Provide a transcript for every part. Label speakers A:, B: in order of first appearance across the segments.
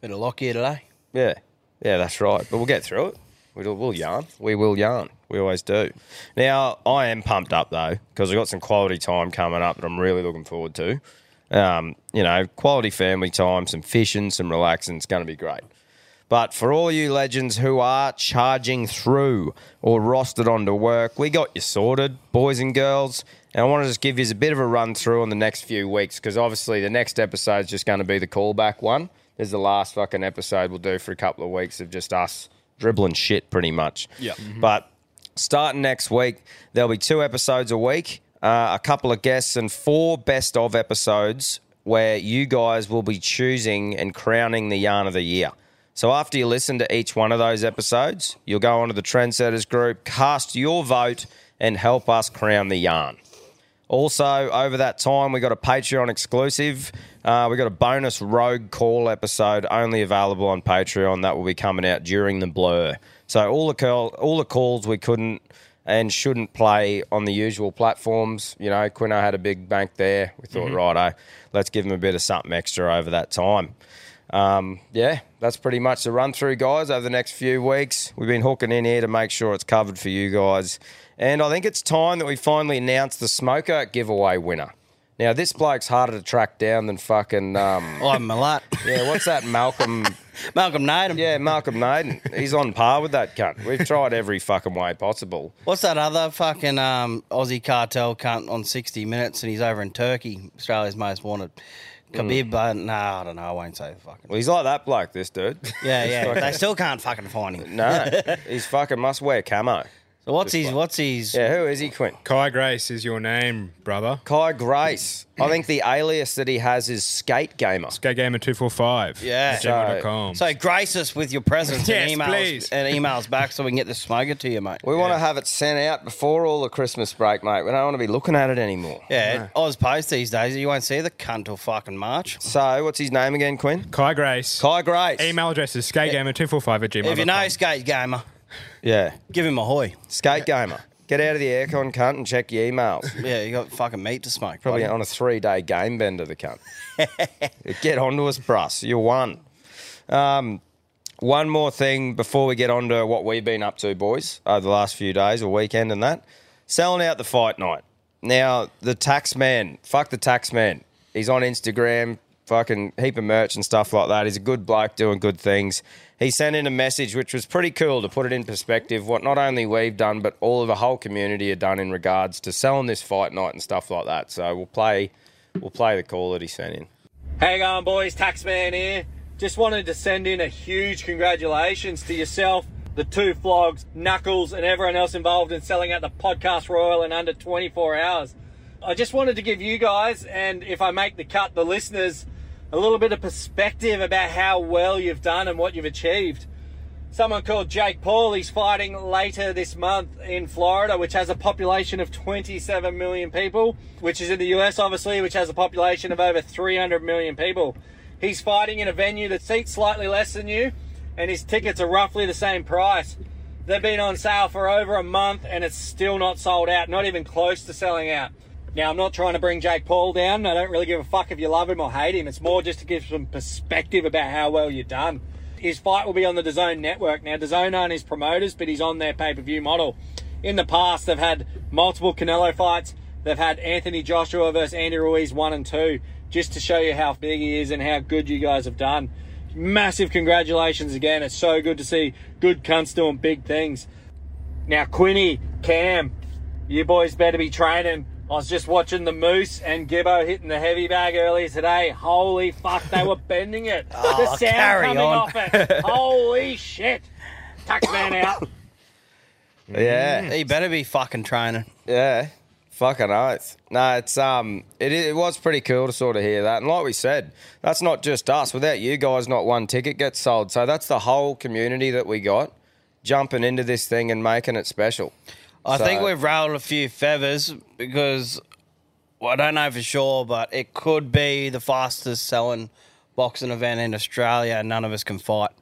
A: Bit of luck here today.
B: Yeah, yeah, that's right. But we'll get through it. We'll, we'll yarn. We will yarn. We always do. Now I am pumped up though because I've got some quality time coming up that I'm really looking forward to. Um, you know, quality family time, some fishing, some relaxing. It's going to be great. But for all you legends who are charging through or rostered onto work, we got you sorted, boys and girls. And I want to just give you a bit of a run through on the next few weeks because obviously the next episode is just going to be the callback one. This is the last fucking episode we'll do for a couple of weeks of just us dribbling shit pretty much. Yeah. Mm-hmm. But starting next week, there'll be two episodes a week, uh, a couple of guests, and four best of episodes where you guys will be choosing and crowning the yarn of the year. So after you listen to each one of those episodes, you'll go onto the Trendsetters group, cast your vote, and help us crown the yarn. Also, over that time, we got a Patreon exclusive. Uh, we got a bonus rogue call episode only available on Patreon that will be coming out during the blur. So all the call, all the calls we couldn't and shouldn't play on the usual platforms. You know, Quino had a big bank there. We thought, righto, let's give him a bit of something extra over that time. Um, yeah, that's pretty much the run through, guys, over the next few weeks. We've been hooking in here to make sure it's covered for you guys. And I think it's time that we finally announce the smoker giveaway winner. Now, this bloke's harder to track down than fucking. Um,
A: I am Oh, a lot.
B: yeah, what's that, Malcolm?
A: Malcolm Natum.
B: Yeah, Malcolm Naden. He's on par with that cunt. We've tried every fucking way possible.
A: What's that other fucking um, Aussie cartel cunt on 60 Minutes and he's over in Turkey, Australia's most wanted?
C: Mm.
A: Khabib, uh, nah, I don't know. I won't say fucking.
B: Well, he's like that bloke, this dude.
A: Yeah, yeah. they still can't fucking find him.
B: No, he's fucking must wear camo.
A: So what's his? What's his?
B: Yeah, who is he, Quinn?
C: Kai Grace is your name, brother.
B: Kai Grace. I think the alias that he has is Skate Gamer.
C: Skate Gamer two four five.
A: Yeah.
C: Gmail.com.
A: So grace us with your presence
C: Yes,
A: and emails
C: please.
A: and emails back so we can get the smoker to you, mate.
B: We want to have it sent out before all the Christmas break, mate. We don't want to be looking at it anymore.
A: yeah, Oz Post these days, you won't see the cunt till fucking March.
B: So, what's his name again, Quinn?
C: Kai Grace.
B: Kai Grace.
C: Email address is skategamer two four five at gmail.
A: If you know Skate Gamer,
B: Yeah.
A: give him a hoy.
B: Skate Gamer. Get out of the aircon, cunt, and check your emails.
A: Yeah, you got fucking meat to smoke.
B: Probably
A: buddy.
B: on a three day game bender, the cunt. Get onto us, Bruss. You won. Um, one more thing before we get on to what we've been up to, boys, over the last few days or weekend and that. Selling out the fight night. Now, the tax man, fuck the tax man. He's on Instagram, fucking heap of merch and stuff like that. He's a good bloke doing good things. He sent in a message which was pretty cool to put it in perspective what not only we've done, but all of the whole community have done in regards to selling this fight night and stuff like that. So we'll play we'll play the call that he sent in.
D: Hang on, boys. Taxman here. Just wanted to send in a huge congratulations to yourself, the two flogs, Knuckles, and everyone else involved in selling out the podcast royal in under 24 hours. I just wanted to give you guys, and if I make the cut, the listeners, a little bit of perspective about how well you've done and what you've achieved. Someone called Jake Paul, he's fighting later this month in Florida, which has a population of 27 million people, which is in the US, obviously, which has a population of over 300 million people. He's fighting in a venue that seats slightly less than you, and his tickets are roughly the same price. They've been on sale for over a month, and it's still not sold out, not even close to selling out. Now, I'm not trying to bring Jake Paul down. I don't really give a fuck if you love him or hate him. It's more just to give some perspective about how well you've done. His fight will be on the DAZN network. Now, DAZN aren't his promoters, but he's on their pay-per-view model. In the past, they've had multiple Canelo fights. They've had Anthony Joshua versus Andy Ruiz 1 and 2, just to show you how big he is and how good you guys have done. Massive congratulations again. It's so good to see good cunts doing big things. Now, Quinny, Cam, you boys better be training. I was just watching the Moose and Gibbo hitting the heavy bag earlier today. Holy fuck, they were bending it. the sound
A: carry
D: coming
A: on.
D: off it. Holy shit. Taxman out.
B: Yeah.
E: He better be fucking training.
B: Yeah, fucking oath. No, it's um, it, i- it was pretty cool to sort of hear that. And like we said, that's not just us. Without you guys, not one ticket gets sold. So that's the whole community that we got jumping into this thing and making it special.
E: I think
B: So-
E: we've railed a few feathers because well, I don't know for sure, but it could be the fastest selling boxing event in Australia, and none of us can fight.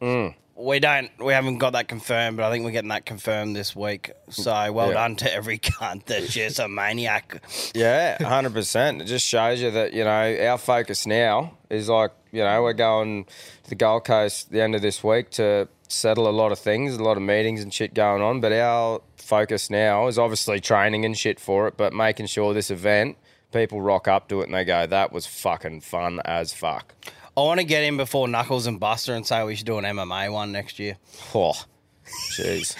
B: Mm.
E: We don't. We haven't got that confirmed, but I think we're getting that confirmed this week. So well
B: Yeah.
E: done to every cunt that's just a maniac.
B: Yeah, hundred percent. It just shows you that you know our focus now is like you know we're going to the Gold Coast the end of this week to settle a lot of things, a lot of meetings and shit going on. But our focus now is obviously training and shit for it, but making sure this event people rock up to it and they go, "That was fucking fun as fuck."
E: I want to get in before Knuckles and Buster and say we should do an MMA one next year.
B: Oh, jeez.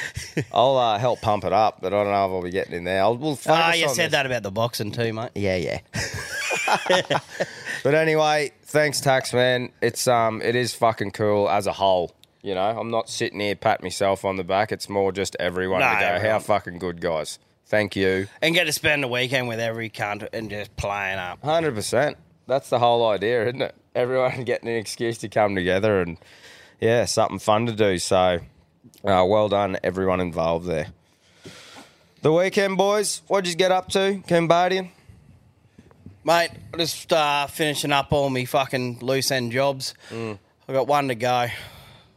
B: I'll uh, help pump it up, but I don't know if I'll be getting in there. I'll, we'll
E: Ah,
B: focus
E: you
B: on
E: said
B: this.
E: that about the boxing too, mate.
B: Yeah, yeah. but anyway, thanks, tax man. It's um, it is fucking cool as a whole. You know, I'm not sitting here pat myself on the back. It's more just everyone
E: No,
B: to go, how
E: everyone.
B: fucking good, guys. Thank you,
E: And get to spend the weekend with every cunt and just playing up.
B: hundred percent. That's the whole idea, isn't it? Everyone getting an excuse to come together and yeah, something fun to do. So, uh, well done, everyone involved there. The weekend, boys. What'd you get up to, Cambodian?
E: Mate, just uh, finishing up all my fucking loose end jobs. I got one to go.
B: Mm.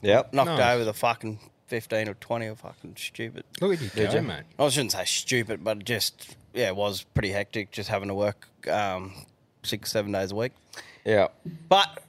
B: Yep.
E: Knocked
C: Nice.
E: over the fucking fifteen or twenty or fucking stupid.
C: Look at you go,
B: you?
C: mate.
E: I shouldn't say stupid, but just yeah, it was pretty hectic. Just having to work um, six seven days a week.
B: Yep.
E: But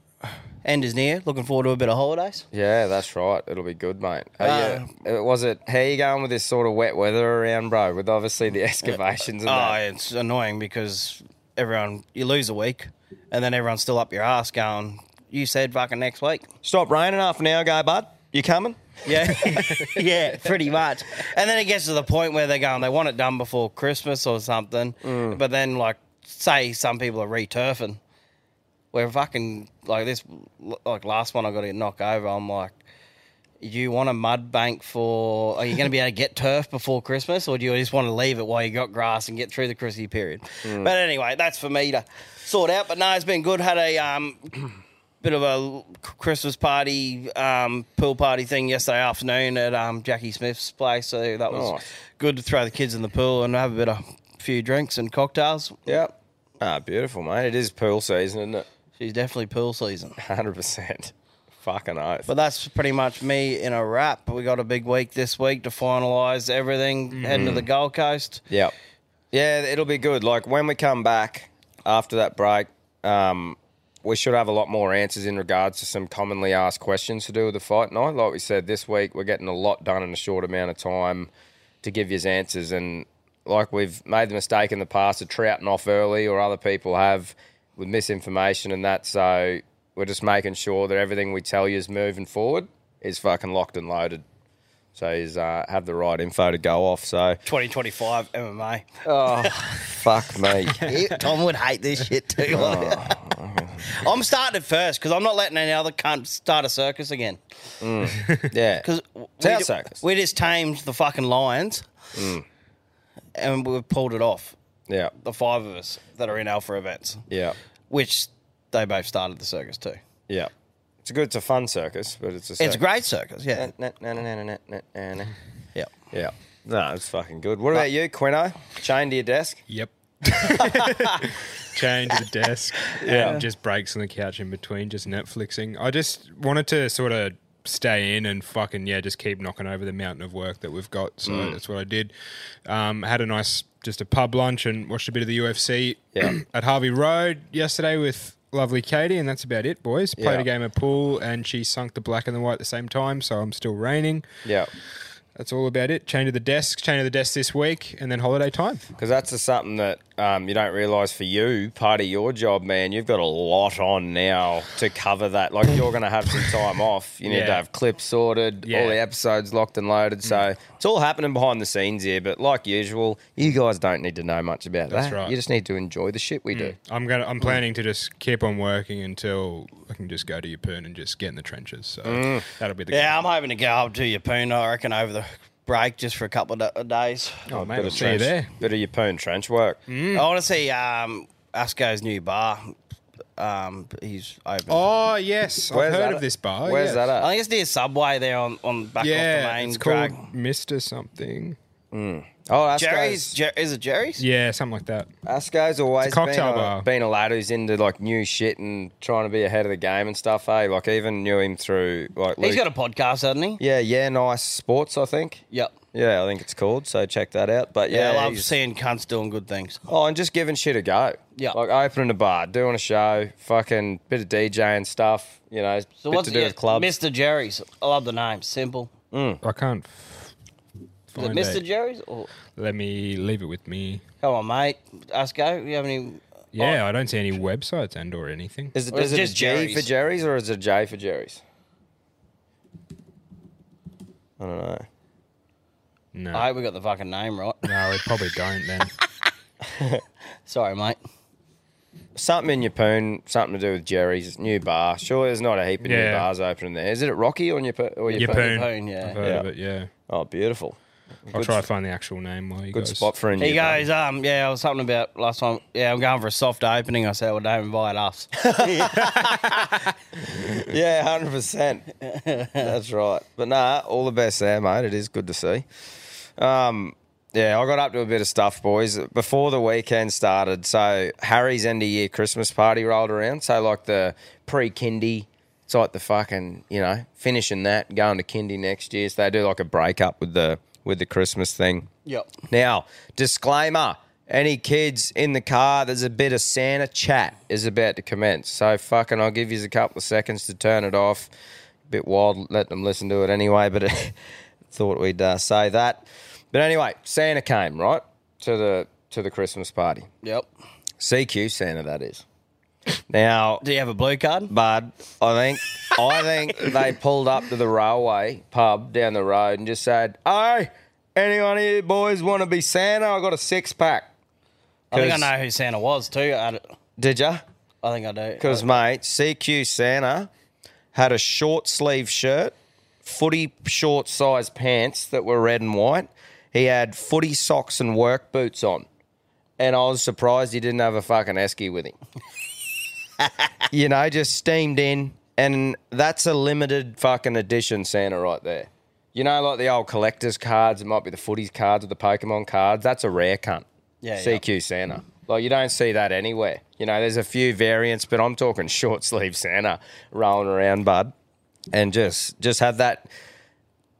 E: end is near. Looking forward to a bit of holidays.
B: Yeah, that's right. It'll be good, mate. How
E: Uh,
B: you- uh, was it? How you going with this sort of wet weather around, bro? With obviously the excavations and
E: Oh,
B: that.
E: it's annoying because everyone you lose a week, and then everyone's still up your ass going. You said fucking next week.
B: Stop raining half an hour ago, bud. You coming?
E: Yeah, yeah, pretty much. And then it gets to the point where they're going, they want it done before Christmas or something. But then, like, say some people are returfing. We're fucking like this. Like last one, I got to knock over. I'm like, you want a mud bank for? Are you going to be able to get turf before Christmas, or do you just want to leave it while you got grass and get through the Christmas period? But anyway, that's for me to sort out. But no, it's been good. Had a um, bit of a l- Christmas party, um, pool party thing yesterday afternoon at um, Jackie Smith's place. So that was
B: Nice.
E: good to throw the kids in the pool and have a bit of few drinks and cocktails.
B: Yep. Ah, beautiful, mate. It is pool season, isn't it?
E: She's definitely pool season.
B: Hundred percent. Fucking oath.
E: But that's pretty much me in a wrap. We got a big week this week to finalise everything,
B: Mm-hmm.
E: heading to the Gold Coast.
B: Yep. Yeah, it'll be good. Like when we come back after that break, um, we should have a lot more answers in regards to some commonly asked questions to do with the fight night. Like we said this week, we're getting a lot done in a short amount of time to give you answers. And like we've made the mistake in the past of trouting off early, or other people have with misinformation and that. So we're just making sure that everything we tell you is moving forward is fucking locked and loaded. So is uh, have the right info to go off. So
E: 2025 MMA.
B: Oh. fuck me.
E: Tom would hate this shit too.
B: Oh.
E: I'm starting it first because I'm not letting any other cunt start a circus again.
B: Mm. Yeah.
E: Because
B: It's our circus. Mm.
E: we just tamed the fucking lions, and we've pulled it off.
B: Yeah.
E: The five of us that are in alpha events,
B: Yeah.
E: which they both started the circus too.
B: Yeah. It's a good. It's a fun circus, but it's a.
E: It's a great circus, yeah,
B: great.
E: yeah.
B: Yeah. No, it's fucking good. What about you, Quino? Chained to your desk?
C: Yep. Chained to the desk. Yeah. And just breaks on the couch in between, just Netflixing. I just wanted to sort of stay in and fucking, yeah, just keep knocking over the mountain of work that we've got. So
B: Mm.
C: that's what I did. Um, had a nice, just a pub lunch and watched a bit of the UFC
B: Yeah.
C: at Harvey Road yesterday with lovely Katie. And that's about it, boys. Played
B: Yeah.
C: a game of pool and she sunk the black and the white at the same time. So I'm still raining.
B: Yeah.
C: That's all about it. Chain to the desk, chain to the desk this week, and then holiday time.
B: Because that's just something that um, you don't realise for you, part of your job, man. You've got a lot on now to cover that. Like, you're going to have some time off. You need to
C: Yeah.
B: have clips sorted, all
C: Yeah. Mm.
B: the episodes locked and loaded. So it's all happening behind the scenes here. But like usual, you guys don't need to know much about
C: That's
B: that.
C: right. Mm.
B: You just need to enjoy the shit we do.
C: I'm gonna. I'm planning to just keep on working until I can just go to Yeppoon and just get in the trenches. So
B: Mm.
C: that'll be the
E: Yeah, I'm hoping to go up to Yapuna, I reckon, over the break just for a couple of da- days.
C: Goal. Oh, mate,
B: bit
C: I'll
B: of
C: see you
B: trench,
C: there.
B: Bit of your poon trench work.
E: I want to see um, Asco's new bar. Um, he's open.
C: Oh yes,
B: Where's
C: I've heard
B: that
C: of
B: at?
C: this bar.
B: Where's
C: yes.
B: that at?
E: I think it's near Subway there on, on back off the
C: Yeah,
E: main
C: it's
E: drag.
C: called Mister Something.
B: Oh, that's
E: Jerry's, Jer- is it Jerry's?
C: Yeah, something like that.
B: Asco's always
C: It's a cocktail
B: been, a,
C: bar.
B: been a lad who's into like new shit and trying to be ahead of the game and stuff. Hey, like even knew him through like
E: He's
B: Luke-
E: got a podcast, hasn't he?
B: yeah, yeah, nice sports. I think.
E: Yep.
B: Yeah, I think it's called. So check that out. But
E: Yeah,
B: yeah,
E: I love
B: he's-
E: seeing cunts doing good things.
B: oh, and just giving shit a go.
E: Yeah.
B: like opening a bar, doing a show, fucking bit of DJ and stuff. You know,
E: So
B: bit
E: what's
B: to do
E: yeah,
B: with clubs.
E: Mr. Jerry's. I love the name. Simple.
B: Mm.
C: I can't. f-
E: Is it
C: Find
E: Mr.
C: it.
E: Jerry's? Or
C: Let me leave it with me.
B: Oh.
E: come on, mate. Asco, you have any? Oh,
C: Yeah, I don't see any websites and or anything.
B: Is it,
E: Or
B: is
E: is
B: it
E: it
B: a
E: just
B: G for
E: Jerry's?
B: Jerry's or is it a J for Jerry's? I don't know.
C: No,
E: I hope we got the fucking name right.
C: no, we probably don't. Then
E: Sorry, mate.
B: Something in your poon, something to do with Jerry's new bar. Sure, there's not a heap of new
C: Yeah.
B: bars opening there. Is it at Rocky or your or your
C: Yeppoon.
E: Poon, yeah.
C: I've heard
B: Yeah.
C: of it. Yeah,
B: Oh, beautiful.
C: I'll try to find the actual name while you
B: Good
C: guys.
B: spot for a new
E: He
B: bar.
E: goes, um, yeah, I was something about last time. Yeah, I'm going for a soft opening. I said, well, don't invite us.
B: Yeah, hundred percent. That's right. But nah, all the best there, mate. It is good to see. Um, yeah, I got up to a bit of stuff, boys, before the weekend started. So Harry's end of year Christmas party rolled around. So like the pre kindy, it's like the fucking you know finishing that, going to kindy next year. So they do like a break up with the with the Christmas thing.
E: yep.
B: Now, disclaimer any kids in the car, there's a bit of Santa chat is about to commence. So, fucking, I'll give you a couple of seconds to turn it off. Bit wild letting them listen to it anyway, but thought we'd uh, say that. But anyway, Santa came, right? To the to the Christmas party.
E: Yep.
B: CQ Santa, that is. Now,
E: Do you have a blue card?
B: bud. I think I think they pulled up to the railway pub down the road and just said, "Hey, anyone of you boys want to be Santa? I got a six pack."
E: I think I know who Santa was too. I,
B: Did ya?
E: I think I do.
B: Because mate, CQ Santa had a short sleeve shirt, footy short size pants that were red and white. He had footy socks and work boots on. And I was surprised he didn't have a fucking esky with him. you know, just steamed in. And that's a limited fucking edition Santa right there. You know, like the old collector's cards, it might be the footies cards or the Pokemon cards. That's a rare cunt.
E: Yeah, yeah.
B: CQ Santa. Like, you don't see that anywhere. You know, there's a few variants, but I'm talking short sleeve Santa rolling around, bud. And just just have that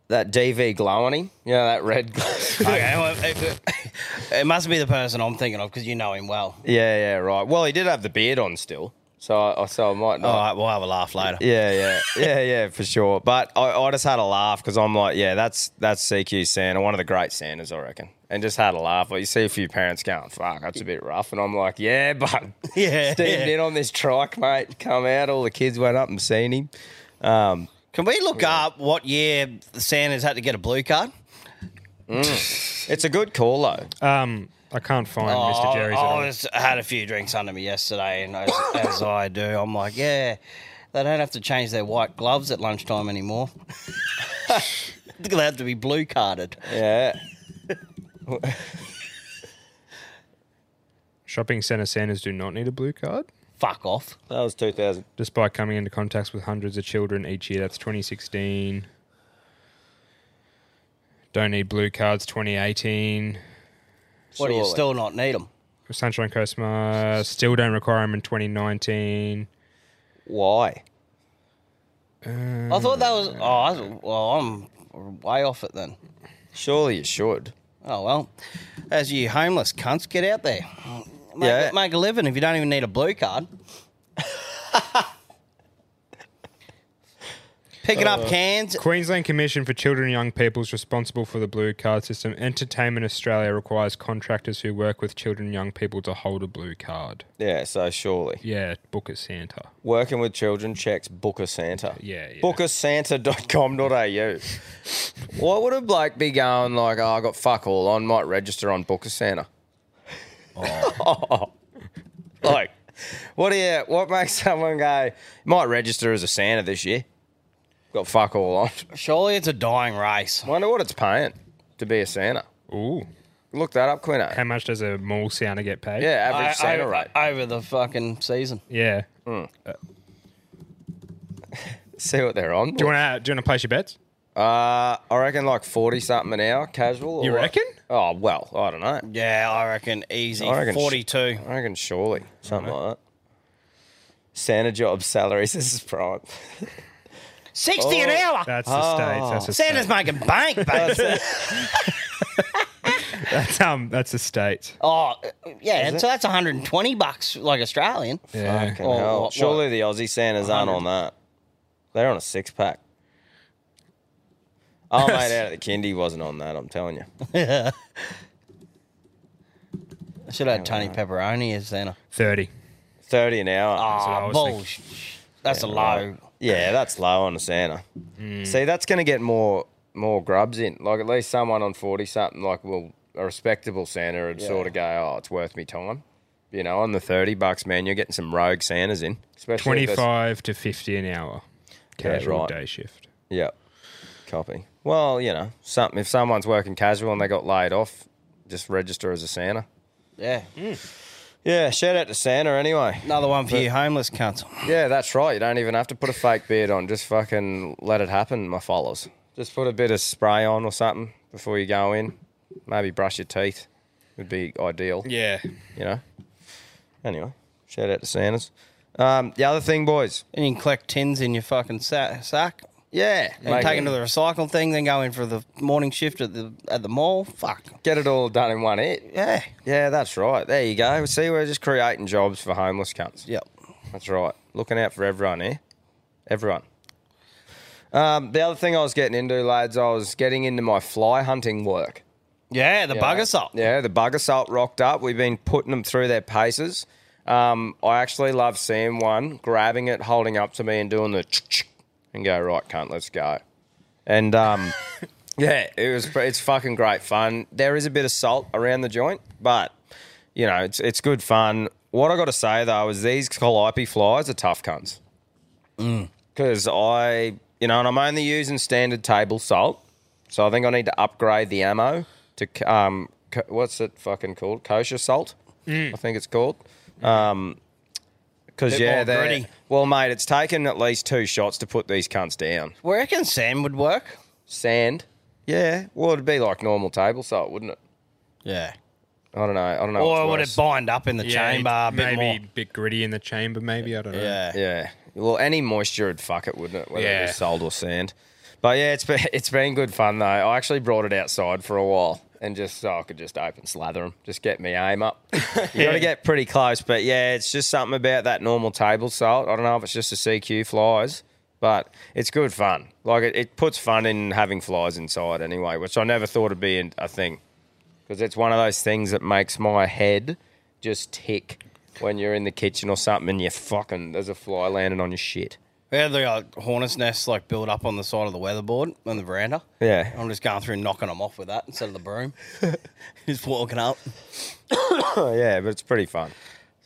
B: that DV glow on him. You know, that red glow.
E: Okay, well, it, it must be the person I'm thinking of because you know him well.
B: yeah, yeah, right. Well, he did have the beard on still. So I I- so I might not.
E: All right, we'll have a laugh later.
B: Yeah, yeah, yeah, yeah, for sure. But I, I just had a laugh because I'm like, yeah, that's that's CQ Santa, one of the great Santas, I reckon. And just had a laugh. Like you see a few parents going, "Fuck, that's a bit rough," and I'm like, "Yeah, but
E: Yeah.
B: steamed in on this trike, mate. Come out, all the kids went up and seen him. Um,
E: Can we look up what year Santa's had to get a blue card?
B: it's a good call though.
C: Um, I can't find
E: Oh,
C: Mr. Jerry's.
E: I,
C: at all.
E: was- I had a few drinks under me yesterday, and as, as I do, I'm like, yeah, they don't have to change their white gloves at lunchtime anymore. they have to be blue carded.
B: Yeah,
C: Shopping centre Santas do not need a blue card.
E: Fuck off.
B: that was 2000.
C: Despite coming into contact with hundreds of children each year, that's 2016. Don't need blue cards, 2018.
E: What do you
B: Surely.
E: still not need them?
C: Sunshine Cosma still don't require them in 2019.
B: Why?
E: I thought that was. Oh, I, well, I'm way off it then.
B: Surely you should.
E: Oh well, as you homeless cunts, get out there. Make,
B: Yeah.
E: make a living if you don't even need a blue card. Picking
B: Uh,
E: up cans.
C: Queensland Commission for Children and Young People is responsible for the blue card system. Entertainment Australia requires contractors who work with children and young people to hold a blue card.
B: Yeah, so surely.
C: Yeah, book at Santa.
B: Working with children checks Booker Santa.
C: Yeah, yeah.
B: Bookersanta.com.au. Why would a bloke be going like, oh, I got fuck all on, might register on Booker Santa?
C: Oh.
B: like, what do you, what makes someone go, might register as a Santa this year? Got fuck all on.
E: Surely it's a dying race.
B: Wonder what it's paying to be a Santa.
C: Ooh.
B: Look that
E: Uh,
B: up, Quino.
C: How much does a mall Santa get paid?
B: Yeah, average
E: O-
B: Hmm. Santa
E: over,
B: rate.
E: over the fucking season.
C: Yeah. Uh,
B: See what they're on.
C: Do you want to do you want to place your bets?
B: Uh, I reckon like 40 something an hour, casual. or
C: You
B: what?
C: reckon?
B: Oh, well, I don't know.
E: Yeah, I reckon easy.
B: I reckon sh-
E: Forty-two.
B: I reckon surely something like that. Santa job salaries. This is prime.
E: Sixty an hour.
C: Oh, That's the states.
B: Oh.
C: That's the
E: Santa's
C: states.
E: making bank, baby.
C: That's, um, that's the states.
E: oh, yeah.
B: it?
E: So that's one hundred and twenty bucks, like Australian.
C: Yeah.
B: Fucking
E: Oh,
B: hell.
E: what-
B: surely the Aussie Santas aren't on that. They're on a six pack. Our mate out at the kindy wasn't on that. I'm telling you.
E: I should have had Tony Pepperoni as Santa.
C: 30.
B: Thirty an hour.
C: what I
E: Ah,
C: was thinking.
E: bullshit. That's a low. Hmm.
B: Yeah, that's low on a Santa. See, that's going to get more more grubs in. Like at least someone on forty something, like well, a respectable Santa would sort of go, oh, it's worth me time. You know, on the thirty bucks, man, you're getting some rogue Santas in. Especially if there's-
C: 25 to 50 an hour. Casual
B: right.
C: day shift.
B: Yeah. Copy. Well, you know, something if someone's working casual and they got laid off, just register as a Santa.
E: Yeah.
C: Mm.
B: Yeah, shout out to Santa anyway.
E: Another one for you homeless cunts.
B: Yeah, that's right. You don't even have to put a fake beard on. Just fucking let it happen, my followers. Just put a bit of spray on or something before you go in. Maybe brush your teeth. Would be ideal.
C: Yeah.
B: You know? Anyway, shout out to Santa's. Um, the other thing, boys.
E: And you can collect tins in your fucking sa- sack.
B: Yeah.
E: And
B: make
E: take them
B: it-
E: to the recycle thing, then go in for the morning shift at the at the mall. Fuck.
B: get it all done in one hit.
E: Yeah.
B: Yeah, that's right. There you go. See, we're just creating jobs for homeless cunts.
E: Yep.
B: That's right. Looking out for everyone here. Everyone. Um, the other thing I was getting into, lads, I was getting into my fly hunting work.
E: Yeah, the bug assault.
B: Yeah, the bug assault rocked up. We've been putting them through their paces. Um, I actually love seeing one grabbing it, holding up to me, and doing the and go right, cunt, let's go. And um, yeah, it was it's fucking great fun. There is a bit of salt around the joint, but you know it's it's good fun. What I got to say though is these calliope flies are tough cunts because I you know, and I'm only using standard table salt. So I think I need to upgrade the ammo to um, co- what's it fucking called? Kosher salt, I think it's called. Um, because
E: Mm. Bit
B: yeah,
E: more
B: they're-
E: gritty.
B: well, mate, it's taken at least two shots to put these cunts down.
E: We reckon Sam would work.
B: Sand, yeah, well, it'd be like normal table salt, wouldn't it?
E: Yeah.
B: I don't know. I don't know.
E: Or
B: what's
E: would
B: worse.
E: it bind up in the chamber a bit
C: maybe
E: more?
C: bit gritty in the chamber, maybe. I don't know.
E: Yeah.
B: Yeah. Well, any moisture would fuck it, wouldn't it? Whether it
C: Yeah.
B: was salt or sand. But yeah, it's been, it's been good fun though. I actually brought it outside for a while and just so I could just open slather them, just get me aim up. You got to get pretty close, but yeah, it's just something about that normal table salt. I don't know if it's just the CQ flies, but it's good fun. Like it, it puts fun in having flies inside anyway, which I never thought would be in- a thing because it's one of those things that makes my head just tick when you're in the kitchen or something and you fucking there's a fly landing on your shit.
E: We had the like, hornet's nests like built up on the side of the weatherboard on the veranda.
B: Yeah.
E: I'm just going through and knocking them off with that instead of the broom. just walking up.
B: Oh yeah, but it's pretty fun.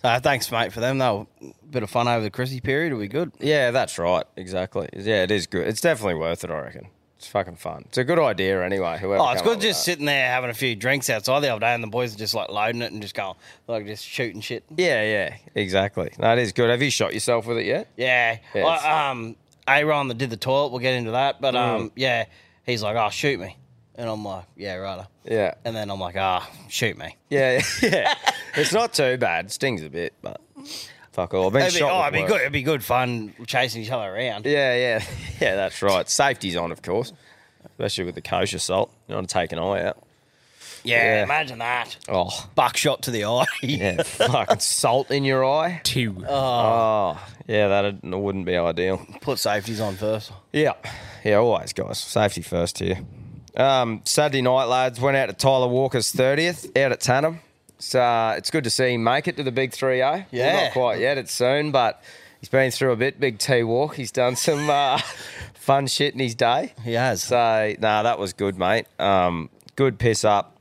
E: So thanks, mate, for them. They were a bit of fun over the Chrissy period. It'll be good.
B: Yeah, that's right. Exactly. Yeah, it is good. It's definitely worth it. I reckon. It's fucking fun. It's a good idea anyway. Whoever.
E: Oh, it's
B: come
E: good
B: up with
E: just
B: that.
E: sitting there having a few drinks outside the other day, and the boys are just like loading it and just going like just shooting shit.
B: Yeah, yeah, exactly. No, it is good. Have you shot yourself with it yet?
E: Yeah,
B: Yeah, it's- Mm.
E: I, um, Aaron that did the toilet. We'll get into that, but um, yeah, he's like, "Oh, shoot me," and I'm like, "Yeah, righto."
B: Yeah.
E: And then I'm like, "Ah, shoot me."
B: Yeah, yeah. it's not too bad. It stings a bit, but fuck all. I've been
E: It'd be,
B: shot.
E: oh, it'd
B: with
E: be
B: work.
E: good. It'd be good fun chasing each other around.
B: Yeah, yeah, yeah. That's right. Safety's on, of course, especially with the kosher salt. You want to take an eye out.
E: Yeah,
B: Yeah.
E: imagine that.
B: Oh,
E: Buckshot to the eye.
B: yeah. fucking salt in your eye.
C: Two.
B: Oh, yeah. That wouldn't be ideal.
E: Put safeties on first.
B: Yeah, yeah, always, guys. Safety first here. Um, Saturday night, lads, went out to Tyler Walker's 30th out at Tanham. So uh, it's good to see him make it to the big eh? 3 0.
E: Yeah.
B: Not quite yet, it's soon, but he's been through a bit. Big T Walk. He's done some uh, fun shit in his day.
E: He has.
B: So, nah, that was good, mate. Um, good piss up.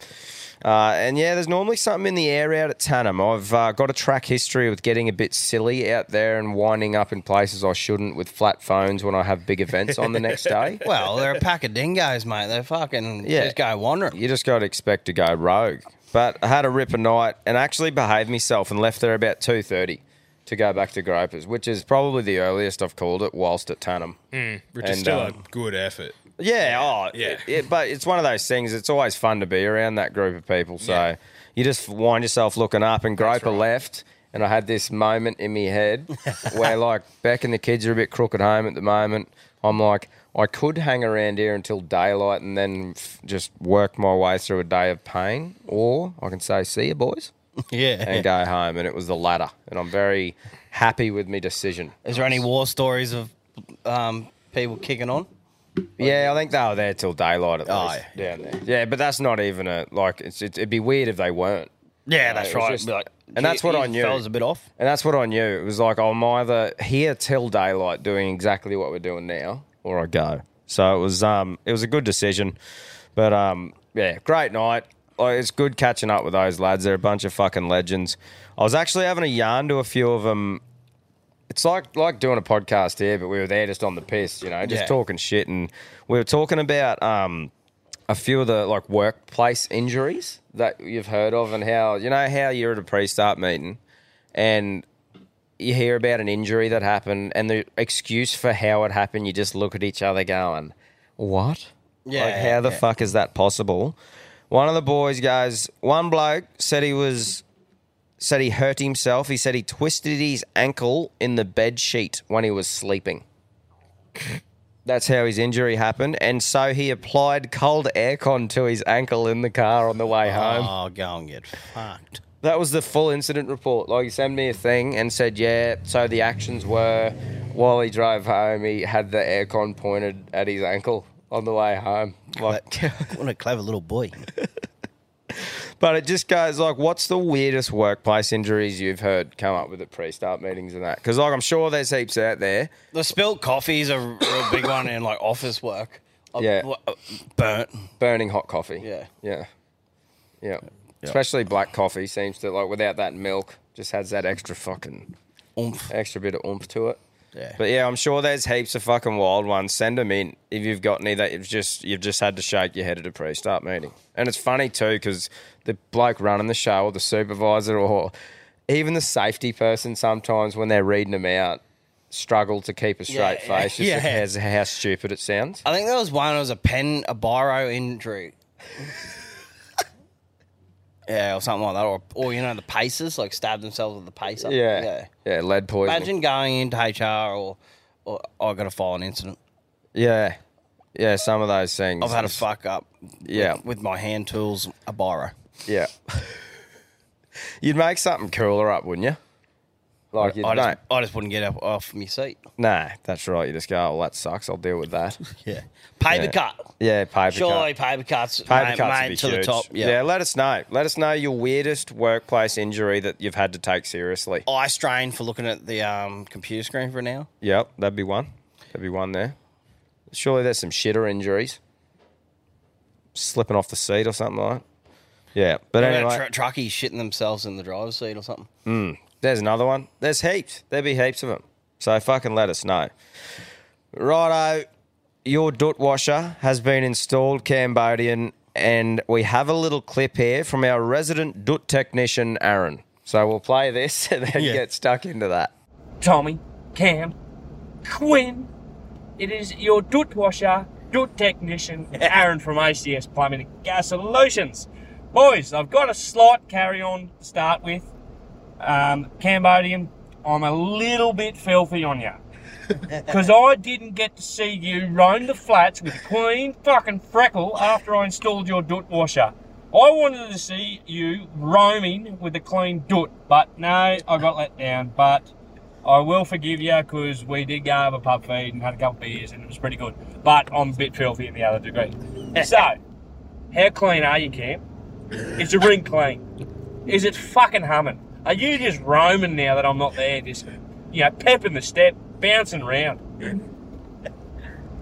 B: Uh, and yeah, there's normally something in the air out at Tanham. I've uh, got a track history with getting a bit silly out there and winding up in places I shouldn't with flat phones when I have big events on the next day.
E: Well, they're a pack of dingoes, mate. They're fucking
B: Yeah.
E: just go wandering.
B: You just got to expect to go rogue. But I had a ripper night and actually behaved myself and left there about 2.30 to go back to Gropers, which is probably the earliest I've called it whilst at Tanham.
C: Mm, Which is
B: And,
C: still
B: um,
C: a good effort.
B: Yeah, oh,
C: yeah.
B: it- it- but it's one of those things. It's always fun to be around that group of people. So you just wind yourself looking up, and Groper left. And I had this moment in my head where, like, Beck and the kids are a bit crook at home at the moment. I'm like, I could hang around here until daylight and then f- just work my way through a day of pain, or I can say, "See you, boys,"
E: Yeah.
B: and go home. And it was the latter. And I'm very happy with my decision.
E: Is there any war stories of um, people kicking on?
B: Yeah, I think they were there till daylight at
E: Oh,
B: least down there. Yeah, but that's not even a like. It's, it, it'd be weird if they weren't,
E: Yeah,
B: it was just- and that's what I knew.
E: Fellas a bit off.
B: and that's what I knew. It was like I'm either here till daylight doing exactly what we're doing now, or I go. So it was um it was a good decision, but um yeah, great night. Like, it's good catching up with those lads. They're a bunch of fucking legends. I was actually having a yarn to a few of them. It's like like doing a podcast here, but we were there just on the piss, you know, just
E: Yeah.
B: talking shit, and we were talking about um a few of the like workplace injuries that you've heard of and how you know how you're at a pre-start meeting and you hear about an injury that happened and the excuse for how it happened you just look at each other going what
E: Yeah,
B: like how the
E: yeah.
B: fuck is that possible one of the boys goes one bloke said he was said he hurt himself he said he twisted his ankle in the bed sheet when he was sleeping that's how his injury happened, and so he applied cold aircon to his ankle in the car on the way home.
E: Oh, go and get fucked.
B: That was the full incident report. Like he sent me a thing and said, yeah. So the actions were, while he drove home, he had the aircon pointed at his ankle on the way home. Like,
E: What a clever little boy.
B: but it just goes like, what's the weirdest workplace injuries you've heard come up with at pre-start meetings and that? Because like I'm sure there's heaps out there.
E: The spilt coffee is a real big one in like office work. I-
B: Yeah.
E: I- uh, burnt.
B: burning hot coffee.
E: Yeah.
B: Yeah. Yeah. Especially black coffee seems to like without that milk just has that extra fucking
E: Oomph.
B: extra bit of oomph to it.
E: Yeah.
B: But yeah, I'm sure there's heaps of fucking wild ones. Send them in if you've got any that you've just you've just had to shake your head at a pre-start meeting. And it's funny too because the bloke running the show or the supervisor or even the safety person sometimes when they're reading them out struggle to keep a straight
E: yeah,
B: face just
E: yeah.
B: because of how stupid it sounds.
E: I think there was one. It was a pen, a biro injury. yeah, or something like that, or or you know the paces, like stab themselves with the pacer.
B: Yeah. Yeah,
E: yeah.
B: lead poisoning.
E: oh, Imagine going into HR or, or I got to file an incident.
B: Yeah. Yeah, some of those things.
E: I've had a fuck up.
B: Yeah.
E: With, with my hand tools, a borrow.
B: Yeah. you'd make something cooler up, wouldn't you? Like you'd
E: I
B: make-
E: just, I just wouldn't get up off my seat.
B: Nah, that's right. You just go, oh, that sucks. I'll deal with that.
E: Yeah. Paper
B: Yeah.
E: cut.
B: Yeah, paper
E: Surely
B: cut.
E: paper cuts
B: Paper
E: made,
B: cuts would
E: made
B: be
E: to the
B: huge.
E: top. Yeah.
B: let us know. Let us know your weirdest workplace injury that you've had to take seriously.
E: Eye strain for looking at the um, computer screen for an hour.
B: Yep, that'd be one. That'd be one there. Surely there's some shitter injuries. Slipping off the seat or something like that. Yeah,
E: What
B: but
E: about
B: anyway, Hmm.
E: tru- truckies shitting themselves in the driver's seat or something.
B: there's another one. There's heaps. There'd be heaps of them. So fucking let us know. Righto, your dut washer has been installed, Cambodian, and we have a little clip here from our resident dut technician, Aaron. So we'll play this and then get stuck into that.
F: Tommy, Cam, Quinn. It is your Dut Washer, Dut Technician, Aaron from ACS Plumbing and Gas Solutions. Boys, I've got a slight carry on to start with. Um, Cambodian, I'm a little bit filthy on you.
B: Mm.
F: Because I didn't get to see you roam the flats with a clean fucking freckle after I installed your Dut Washer. I wanted to see you roaming with a clean Dut, but no, I got let down. But I will forgive you because we did go have a pub feed and had a couple of beers and it was pretty good. But I'm a bit filthy in the other degree. so, how clean are you, Cam? Is your ring clean? Is it fucking humming? Are you just roaming now that I'm not there? Just, you know, pepping the step, bouncing around.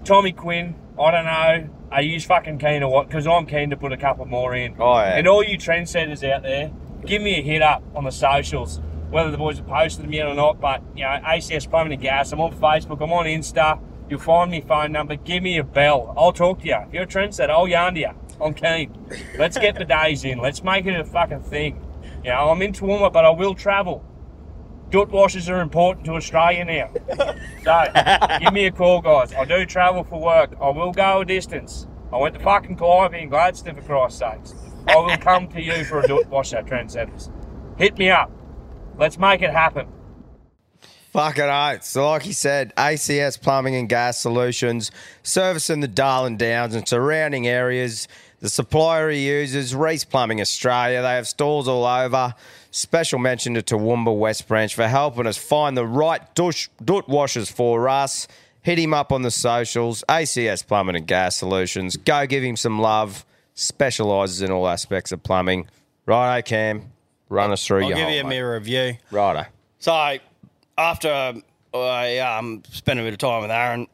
F: Tommy Quinn, I don't know. Are you fucking keen or what? Because I'm keen to put a couple more in.
B: Oh, yeah.
F: And all you trendsetters out there, give me a hit up on the socials, whether the boys have posted them yet or not. But you know, ACS Plumbing and Gas. I'm on Facebook. I'm on Insta. You'll find me phone number. Give me a bell. I'll talk to you. If you're a trendsetter, I'll yarn to you. I'm keen. Let's get the days in. Let's make it a fucking thing. You know, I'm in Toowoomba, but I will travel. Dut washers are important to Australia now. So, give me a call, guys. I do travel for work. I will go a distance. I went to fucking Calliope in Gladstone, for Christ's sakes. I will come to you for a dut washer, Trendsetters. Hit me up. Let's make it happen.
B: Fucking oath. So, like he said, ACS Plumbing and Gas Solutions, servicing the Darling Downs and surrounding areas. The supplier he uses, Reese Plumbing Australia. They have stores all over. Special mention to Toowoomba West Branch for helping us find the right dush, dut washers for us. Hit him up on the socials, ACS Plumbing and Gas Solutions. Go give him some love. Specialises in all aspects of plumbing. Righto, Cam. Run us through
E: I'll
B: your
E: give
B: whole
E: you a
B: one.
E: mirror review.
B: Righto.
E: So after um, I um, spent a bit of time with Aaron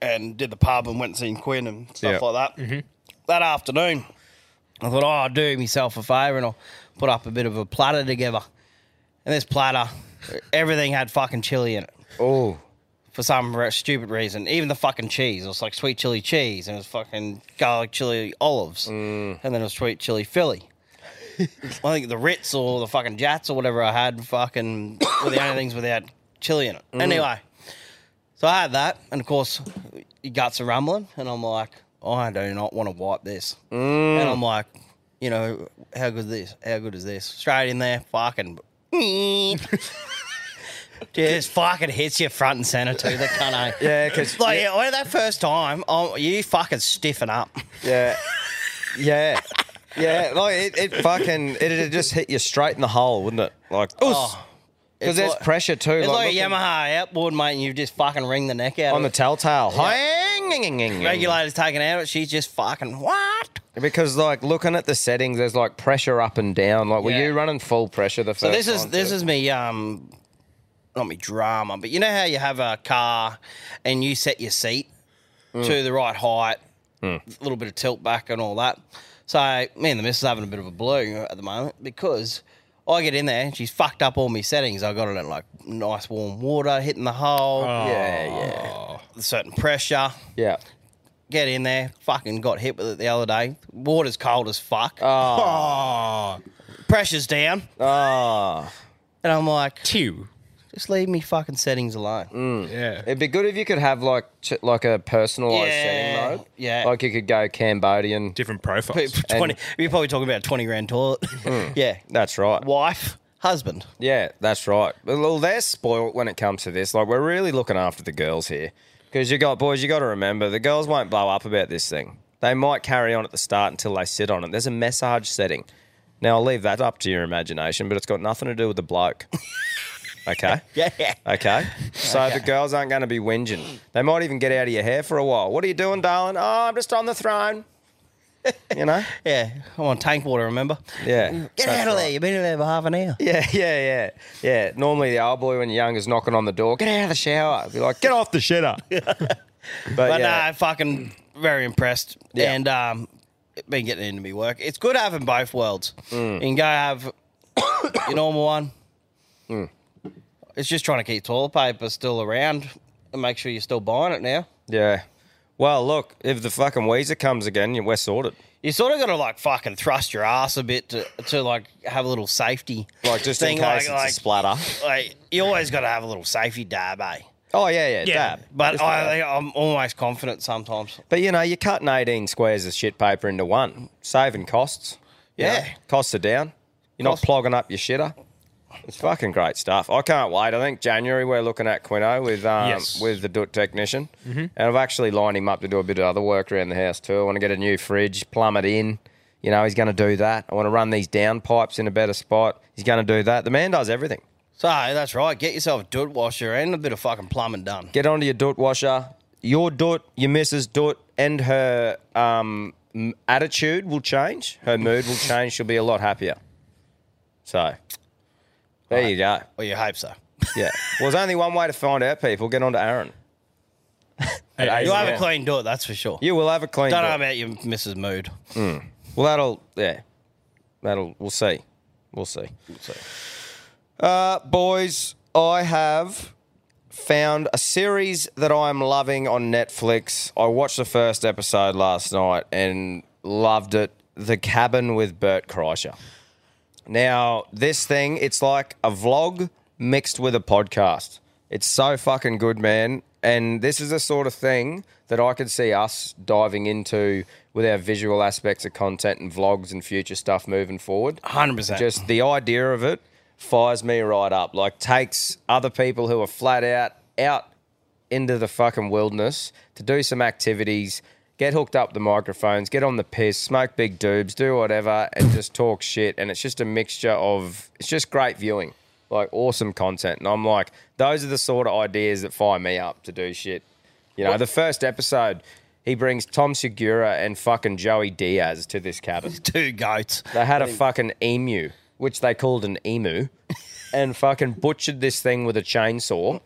E: and did the pub and went and seen Quinn and stuff
B: Yeah.
E: like that, that afternoon, I thought, oh, I'll do myself a favour and I'll put up a bit of a platter together. And this platter, everything had fucking chili in it
B: Oh,
E: for some re- stupid reason. Even the fucking cheese. It was like sweet chili cheese and it was fucking garlic chili olives. And then it was sweet chili Philly. I think the Ritz or the fucking Jats or whatever I had fucking were the only things without chili in it. Anyway, so I had that. And of course, your guts are rumbling. And I'm like, I do not want to wipe this. And I'm like, you know, how good is this? How good is this? Straight in there, fucking. Just fucking hits you front and center too. That kind of
B: Yeah, 'cause-
E: like yeah. when that first time, oh, you fucking stiffen up.
B: Yeah. Yeah. Yeah. Like it, it fucking it, it just hit you straight in the hole, wouldn't it? Like because
E: Oh,
B: there's
E: like-
B: pressure too.
E: it's like,
B: looking
E: a Yamaha outboard, mate, and you just fucking wring the neck out.
B: on the
E: of it.
B: telltale.
E: regulator's taken out of it. She's just fucking what?
B: Because like looking at the settings, there's like pressure up and down. Like were
E: Yeah.
B: you running full pressure the first
E: So this is
B: time
E: this
B: too?
E: is me um not me drama, but you know how you have a car and you set your seat
B: Mm.
E: to the right height, a little bit of tilt back and all that. So me and the missus having a bit of a blue at the moment because I get in there and she's fucked up all my settings. I got it at like nice warm water hitting the hole,
B: Yeah, yeah.
E: a certain pressure.
B: Oh. Yeah.
E: Get in there, fucking got hit with it the other day. Water's cold as fuck.
C: Oh,
E: Pressure's down.
B: Ah.
E: And I'm like,
C: two.
E: just leave me fucking settings alone.
C: Yeah.
B: Mm. It'd be good if you could have like ch- like a personalized
E: Yeah,
B: setting mode.
E: yeah.
B: Like you could go Cambodian.
C: Different
E: P-
C: profiles.
E: p- 20, you're probably talking about a 20 grand toilet. yeah.
B: Mm. That's right.
E: Wife, husband.
B: Yeah, that's right. Well, they're spoilt when it comes to this. Like, we're really looking after the girls here. Because you got boys, you got to remember the girls won't blow up about this thing. They might carry on at the start until they sit on it. There's a massage setting. Now I'll leave that up to your imagination, but it's got nothing to do with the bloke. Okay.
E: Yeah.
B: Okay. So the girls aren't going to be whinging. They might even get out of your hair for a while. What are you doing, darling? Oh, I'm just on the throne. You know?
E: Yeah. I'm on tank water, remember?
B: Yeah.
E: Get
B: That's
E: out of
B: right.
E: there. You've been in there for half an hour.
B: Yeah, yeah, yeah, yeah. Normally, the old boy when you're young is knocking on the door. Get out of the shower. Be like, get off the shitter. but
E: But
B: yeah,
E: no, fucking very impressed.
B: Yeah.
E: And um been getting into me work. It's good having both worlds.
B: Mm.
E: You can go have your normal one.
B: Mm.
E: It's just trying to keep toilet paper still around and make sure you're still buying it now.
B: yeah. Well, look, if the fucking Weezer comes again, yeah, we're sorted.
E: You sort of got to like fucking thrust your ass a bit to, to like have a little safety.
B: Like just in
E: Thing
B: case
E: like-
B: it's
E: like-
B: a splatter.
E: Like you always got to have a little safety dab, eh?
B: Oh yeah, yeah,
C: Yeah.
B: dab.
E: But
B: Just uh, like that.
E: I, I'm almost confident sometimes.
B: But you know, you're cutting 18 squares of shit paper into one, saving costs. you know.
E: Yeah.
B: costs are down. You're
E: Cost-
B: not plugging up your shitter. It's fucking great stuff. I can't wait. I think January we're looking at Quino with um,
C: Yes.
B: with the Doot technician,
E: Mm-hmm.
B: and I've actually lined him up to do a bit of other work around the house too. I want to get a new fridge, plumb it in. You know, he's going to do that. I want to run these down pipes in a better spot. He's going to do that. The man does everything.
E: So that's right. Get yourself a dude washer and a bit of fucking plumbing done.
B: get onto your doot washer. Your doot, your missus doot, and her um, m- attitude will change. Her mood will change. She'll be a lot happier. So there you go.
E: Well, you hope so.
B: Yeah. Well, there's only one way to find out, people. Get onto Aaron.
C: Hey,
E: You'll have
B: Yeah.
E: a clean door, that's for sure.
B: You will have a clean.
E: Don't know
B: doot.
E: about your Mrs. Mood.
B: Well, that'll yeah, that'll we'll see, we'll see. Uh, boys, I have found a series that I am loving on Netflix. I watched the first episode last night and loved it. The Cabin with Bert Kreischer. Now, this thing, it's like a vlog mixed with a podcast. It's so fucking good, man. And this is the sort of thing that I could see us diving into with our visual aspects of content and vlogs and future stuff moving forward.
E: 100%.
B: Just the idea of it fires me right up. Like, takes other people who are flat out out into the fucking wilderness to do some activities, get hooked up the microphones, get on the piss, smoke big doobs, do whatever, and just talk shit. And it's just a mixture of it's just great viewing, like awesome content. And I'm like, those are the sort of ideas that fire me up to do shit. You know, the first episode. He brings Tom Segura and fucking Joey Diaz to this cabin.
E: Two goats.
B: They had a fucking emu, which they called an emu, and fucking butchered this thing with a chainsaw.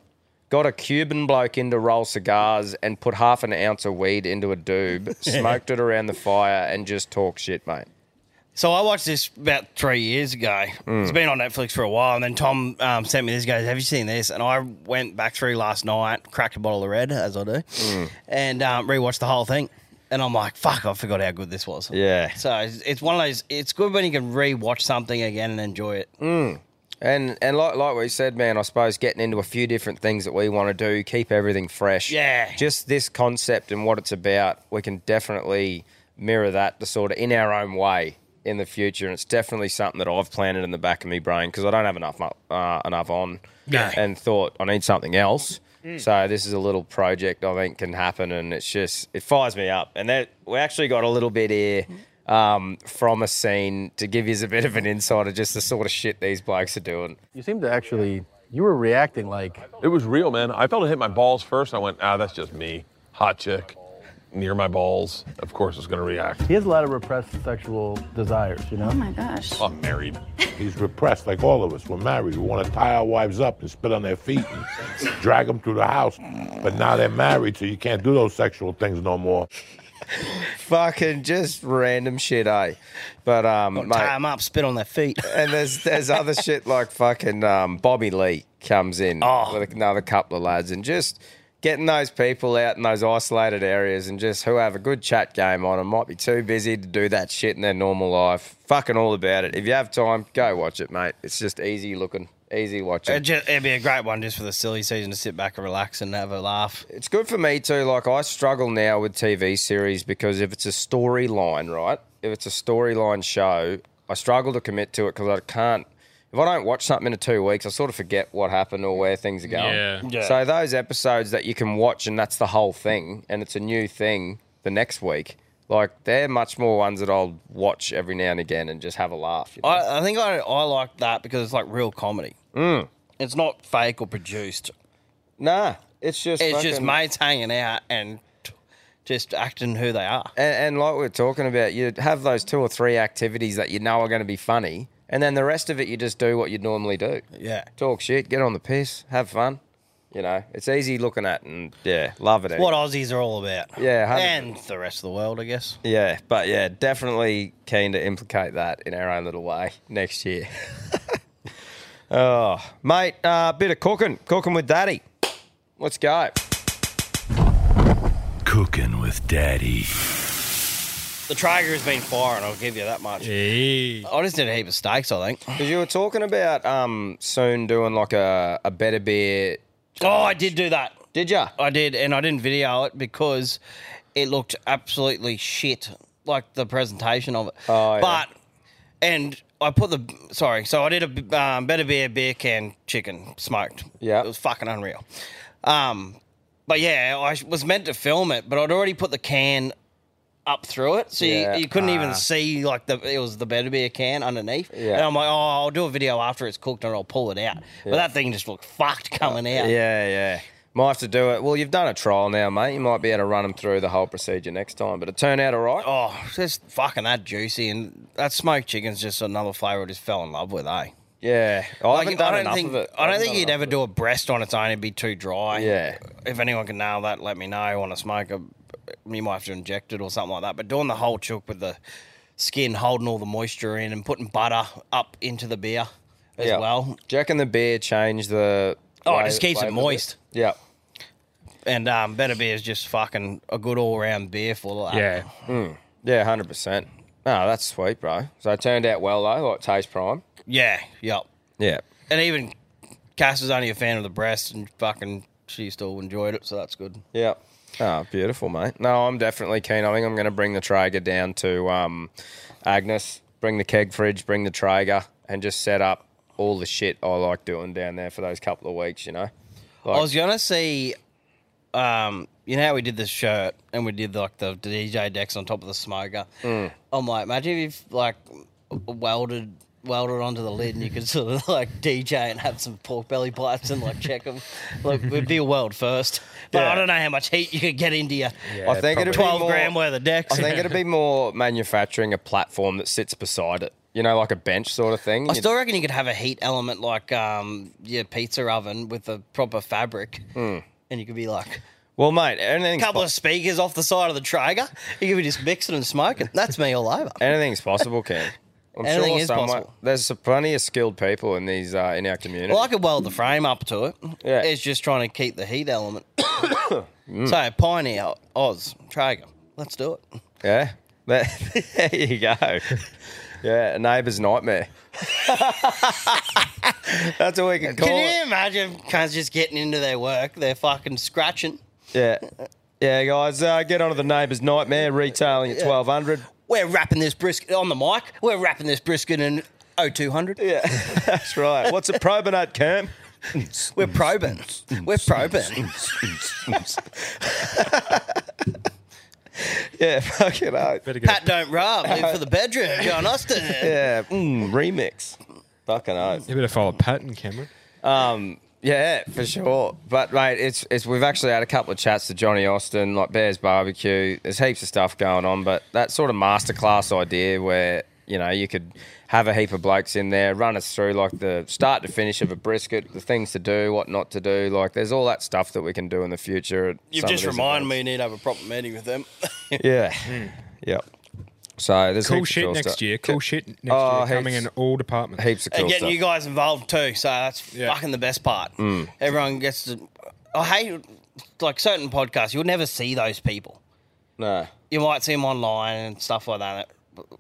B: Got a Cuban bloke in to roll cigars and put half an ounce of weed into a doob, smoked it around the fire, and just talk shit, mate.
E: So I watched this about three years ago.
B: Mm.
E: It's been on Netflix for a while, and then Tom um, sent me this. He Goes, have you seen this? And I went back through last night, cracked a bottle of red as I do,
B: Mm.
E: and um, rewatched the whole thing. And I'm like, fuck, I forgot how good this was.
B: Yeah.
E: So it's, it's one of those. It's good when you can rewatch something again and enjoy it.
B: Mm. And and like like we said, man, I suppose getting into a few different things that we want to do, keep everything fresh.
E: Yeah.
B: Just this concept and what it's about, we can definitely mirror that to sort of in our own way in the future. And it's definitely something that I've planted in the back of my brain because I don't have enough mo- uh, enough on.
C: No.
B: And thought I need something else. So this is a little project I think can happen, and it's just it fires me up. And that we actually got a little bit here um, from a scene to give you a bit of an insight of just the sort of shit these blokes are doing.
G: You seemed to actually, you were reacting like,
H: It was real, man. I felt it hit my balls first. I went, ah, that's just me. Hot chick near my balls. Of course, it's going to react.
G: he has a lot of repressed sexual desires, you know?
I: Oh my gosh.
H: I'm married.
J: He's repressed like all of us. We're married. We want to tie our wives up and spit on their feet and drag them through the house. But now they're married, so you can't do those sexual things no more.
B: fucking just random shit, eh? But um, mate,
E: Tie them up, spit on their feet.
B: and there's there's other shit like fucking um, Bobby Lee comes in
E: Oh.
B: with another couple of lads and just getting those people out in those isolated areas and just who have a good chat game on and might be too busy to do that shit in their normal life. Fucking all about it. If you have time, go watch it, mate. It's just easy looking, easy watching.
E: It'd, ju- it'd be a great one just for the silly season to sit back and relax and have a laugh.
B: it's good for me too. Like I struggle now with TV series because if it's a storyline, right? If it's a storyline show, I struggle to commit to it because I can't. if I don't watch something in two weeks, I sort of forget what happened or where things are going.
C: Yeah.
E: Yeah.
B: So those episodes that you can watch and that's the whole thing, and it's a new thing the next week. Like they're much more ones that I'll watch every now and again and just have a laugh. you know?
E: I, I think I, I like that because it's like real comedy. It's not fake or produced.
B: Mm. nah, it's just
E: It's just
B: fucking-
E: mates hanging out and t- just acting who they are.
B: And, and like we are talking about, you have those two or three activities that you know are going to be funny, and then the rest of it you just do what you'd normally do.
E: Yeah.
B: Talk shit, get on the piss, have fun. You know, it's easy looking at and yeah, love it. eh?
E: What Aussies are all about.
B: Yeah, 100%.
E: And the rest of the world, I guess.
B: Yeah, but yeah, definitely keen to implicate that in our own little way next year. oh, mate, a uh, bit of cooking, cooking with daddy. Let's go.
I: Cooking with Daddy.
E: The Traeger has been firing, I'll give you that much.
C: Hey.
E: I just did a heap of steaks, I think.
B: Because you were talking about um soon doing like a, a better beer.
E: Oh, I did do that.
B: Did ya?
E: I did, and I didn't video it because it looked absolutely shit, like the presentation of it.
B: Oh, yeah.
E: But, and I put the, sorry, so I did a um, Better Beer beer can chicken smoked.
B: Yeah.
E: It was fucking unreal. Um, but yeah, I was meant to film it, but I'd already put the can up through it, so
B: Yeah. Ah.
E: you, you couldn't even see like the it was the better beer can underneath.
B: Yeah.
E: And I'm like, oh, I'll do a video after it's cooked and I'll pull it out. But that thing just looked fucked coming out.
B: Uh, Yeah, yeah. Might have to do it. Well, you've done a trial now, mate. You might be able to run them through the whole procedure next time, but it turned out all right.
E: Oh, just fucking that juicy and that smoked chicken's just another flavour I just fell in love with, eh?
B: Yeah. I haven't done enough
E: think
B: of it.
E: I don't
B: haven't
E: think
B: done
E: you'd
B: enough
E: ever
B: of it.
E: do a breast on its own; it'd be too dry.
B: Yeah.
E: If anyone can nail that, let me know. I want to smoke a, you might have to inject it or something like that. But doing the whole chook with the skin holding all the moisture in and putting butter up into the beer as
B: Yeah.
E: well.
B: Do you reckon the beer changed the.
E: Oh, it
B: fla-
E: just keeps it
B: flavour of
E: moist.
B: Yeah.
E: And um, better beer is just fucking a good all round beer full of that.
C: Yeah.
B: Hmm. Yeah, 100%. No, that's sweet, bro. So it turned out well, though, like taste prime.
E: yeah, yep.
B: Yeah.
E: And even Cass is only a fan of the breast, and fucking she still enjoyed it, so that's good.
B: Yeah. Oh, beautiful, mate. No, I'm definitely keen. I think I'm going to bring the Traeger down to um, Agnes, bring the keg fridge, bring the Traeger, and just set up all the shit I like doing down there for those couple of weeks, you know?
E: I was gonna see, um, you know how we did the shirt and we did like the DJ decks on top of the smoker.
B: mm.
E: I'm like, imagine if you've like welded welded onto the lid and you could sort of like DJ and have some pork belly pipes and like check them. Like it'd be a world first, but I don't know how much heat you could get into your
B: I think it'd be
E: twelve
B: more-
E: gram worth of decks.
B: I think it'd be more manufacturing a platform that sits beside it, you know, like a bench sort of thing.
E: I still reckon you could have a heat element like um, your pizza oven with a proper fabric. And you could be like
B: Hmm. well, mate,
E: a
B: anything's,
E: couple
B: po-
E: of speakers off the side of the Traeger. You could be just mixing and smoking. That's me all over.
B: anything's possible, Ken. I'm
E: Anything is
B: someone-
E: possible.
B: There's plenty of skilled people in these uh, in our community.
E: Well, I could weld the frame up to it.
B: Yeah.
E: It's just trying to keep the heat element. So, Pioneer, Oz, Traeger. Let's do it.
B: Yeah. There, there you go. Yeah, a neighbour's nightmare. That's all we can call
E: Can
B: it.
E: you imagine cunts just getting into their work? They're fucking scratching.
B: Yeah. Yeah, guys, uh, get onto the neighbour's nightmare, retailing at 1200
E: We're wrapping this brisket on the mic. We're wrapping this brisket in 0200.
B: Yeah, that's right. What's a probinate, Cam?
E: We're probing. We're probing.
B: Yeah, fucking oath.
C: Better get
E: Pat don't rub. Leave for the bedroom. John Austin.
B: Yeah, mm, remix. Fucking oath. Um,
C: a, you better follow Pat and Cameron.
B: Yeah, for sure. But mate, it's it's we've actually had a couple of chats to Johnny Austin, like Bears Barbecue. There's heaps of stuff going on, but that sort of masterclass idea where you know you could have a heap of blokes in there, run us through like the start to finish of a brisket, the things to do, what not to do. Like there's all that stuff that we can do in the future. at
E: You've
B: some of
E: just
B: these
E: reminded me
B: events.
E: you need to have a proper meeting with them.
B: Yeah, yep. So there's
C: Mm. Cool
B: heaps of
C: shit
B: cool
C: next
B: stuff.
C: year. Cool shit next
B: Oh,
C: year. Coming
B: heaps.
C: in all departments.
B: Heaps of cool
E: and getting
B: stuff.
E: you guys involved too. So that's
C: Yeah.
E: fucking the best part.
B: Mm.
E: Everyone gets to. I hate like certain podcasts. You'll never see those people.
B: no.
E: You might see them online and stuff like that.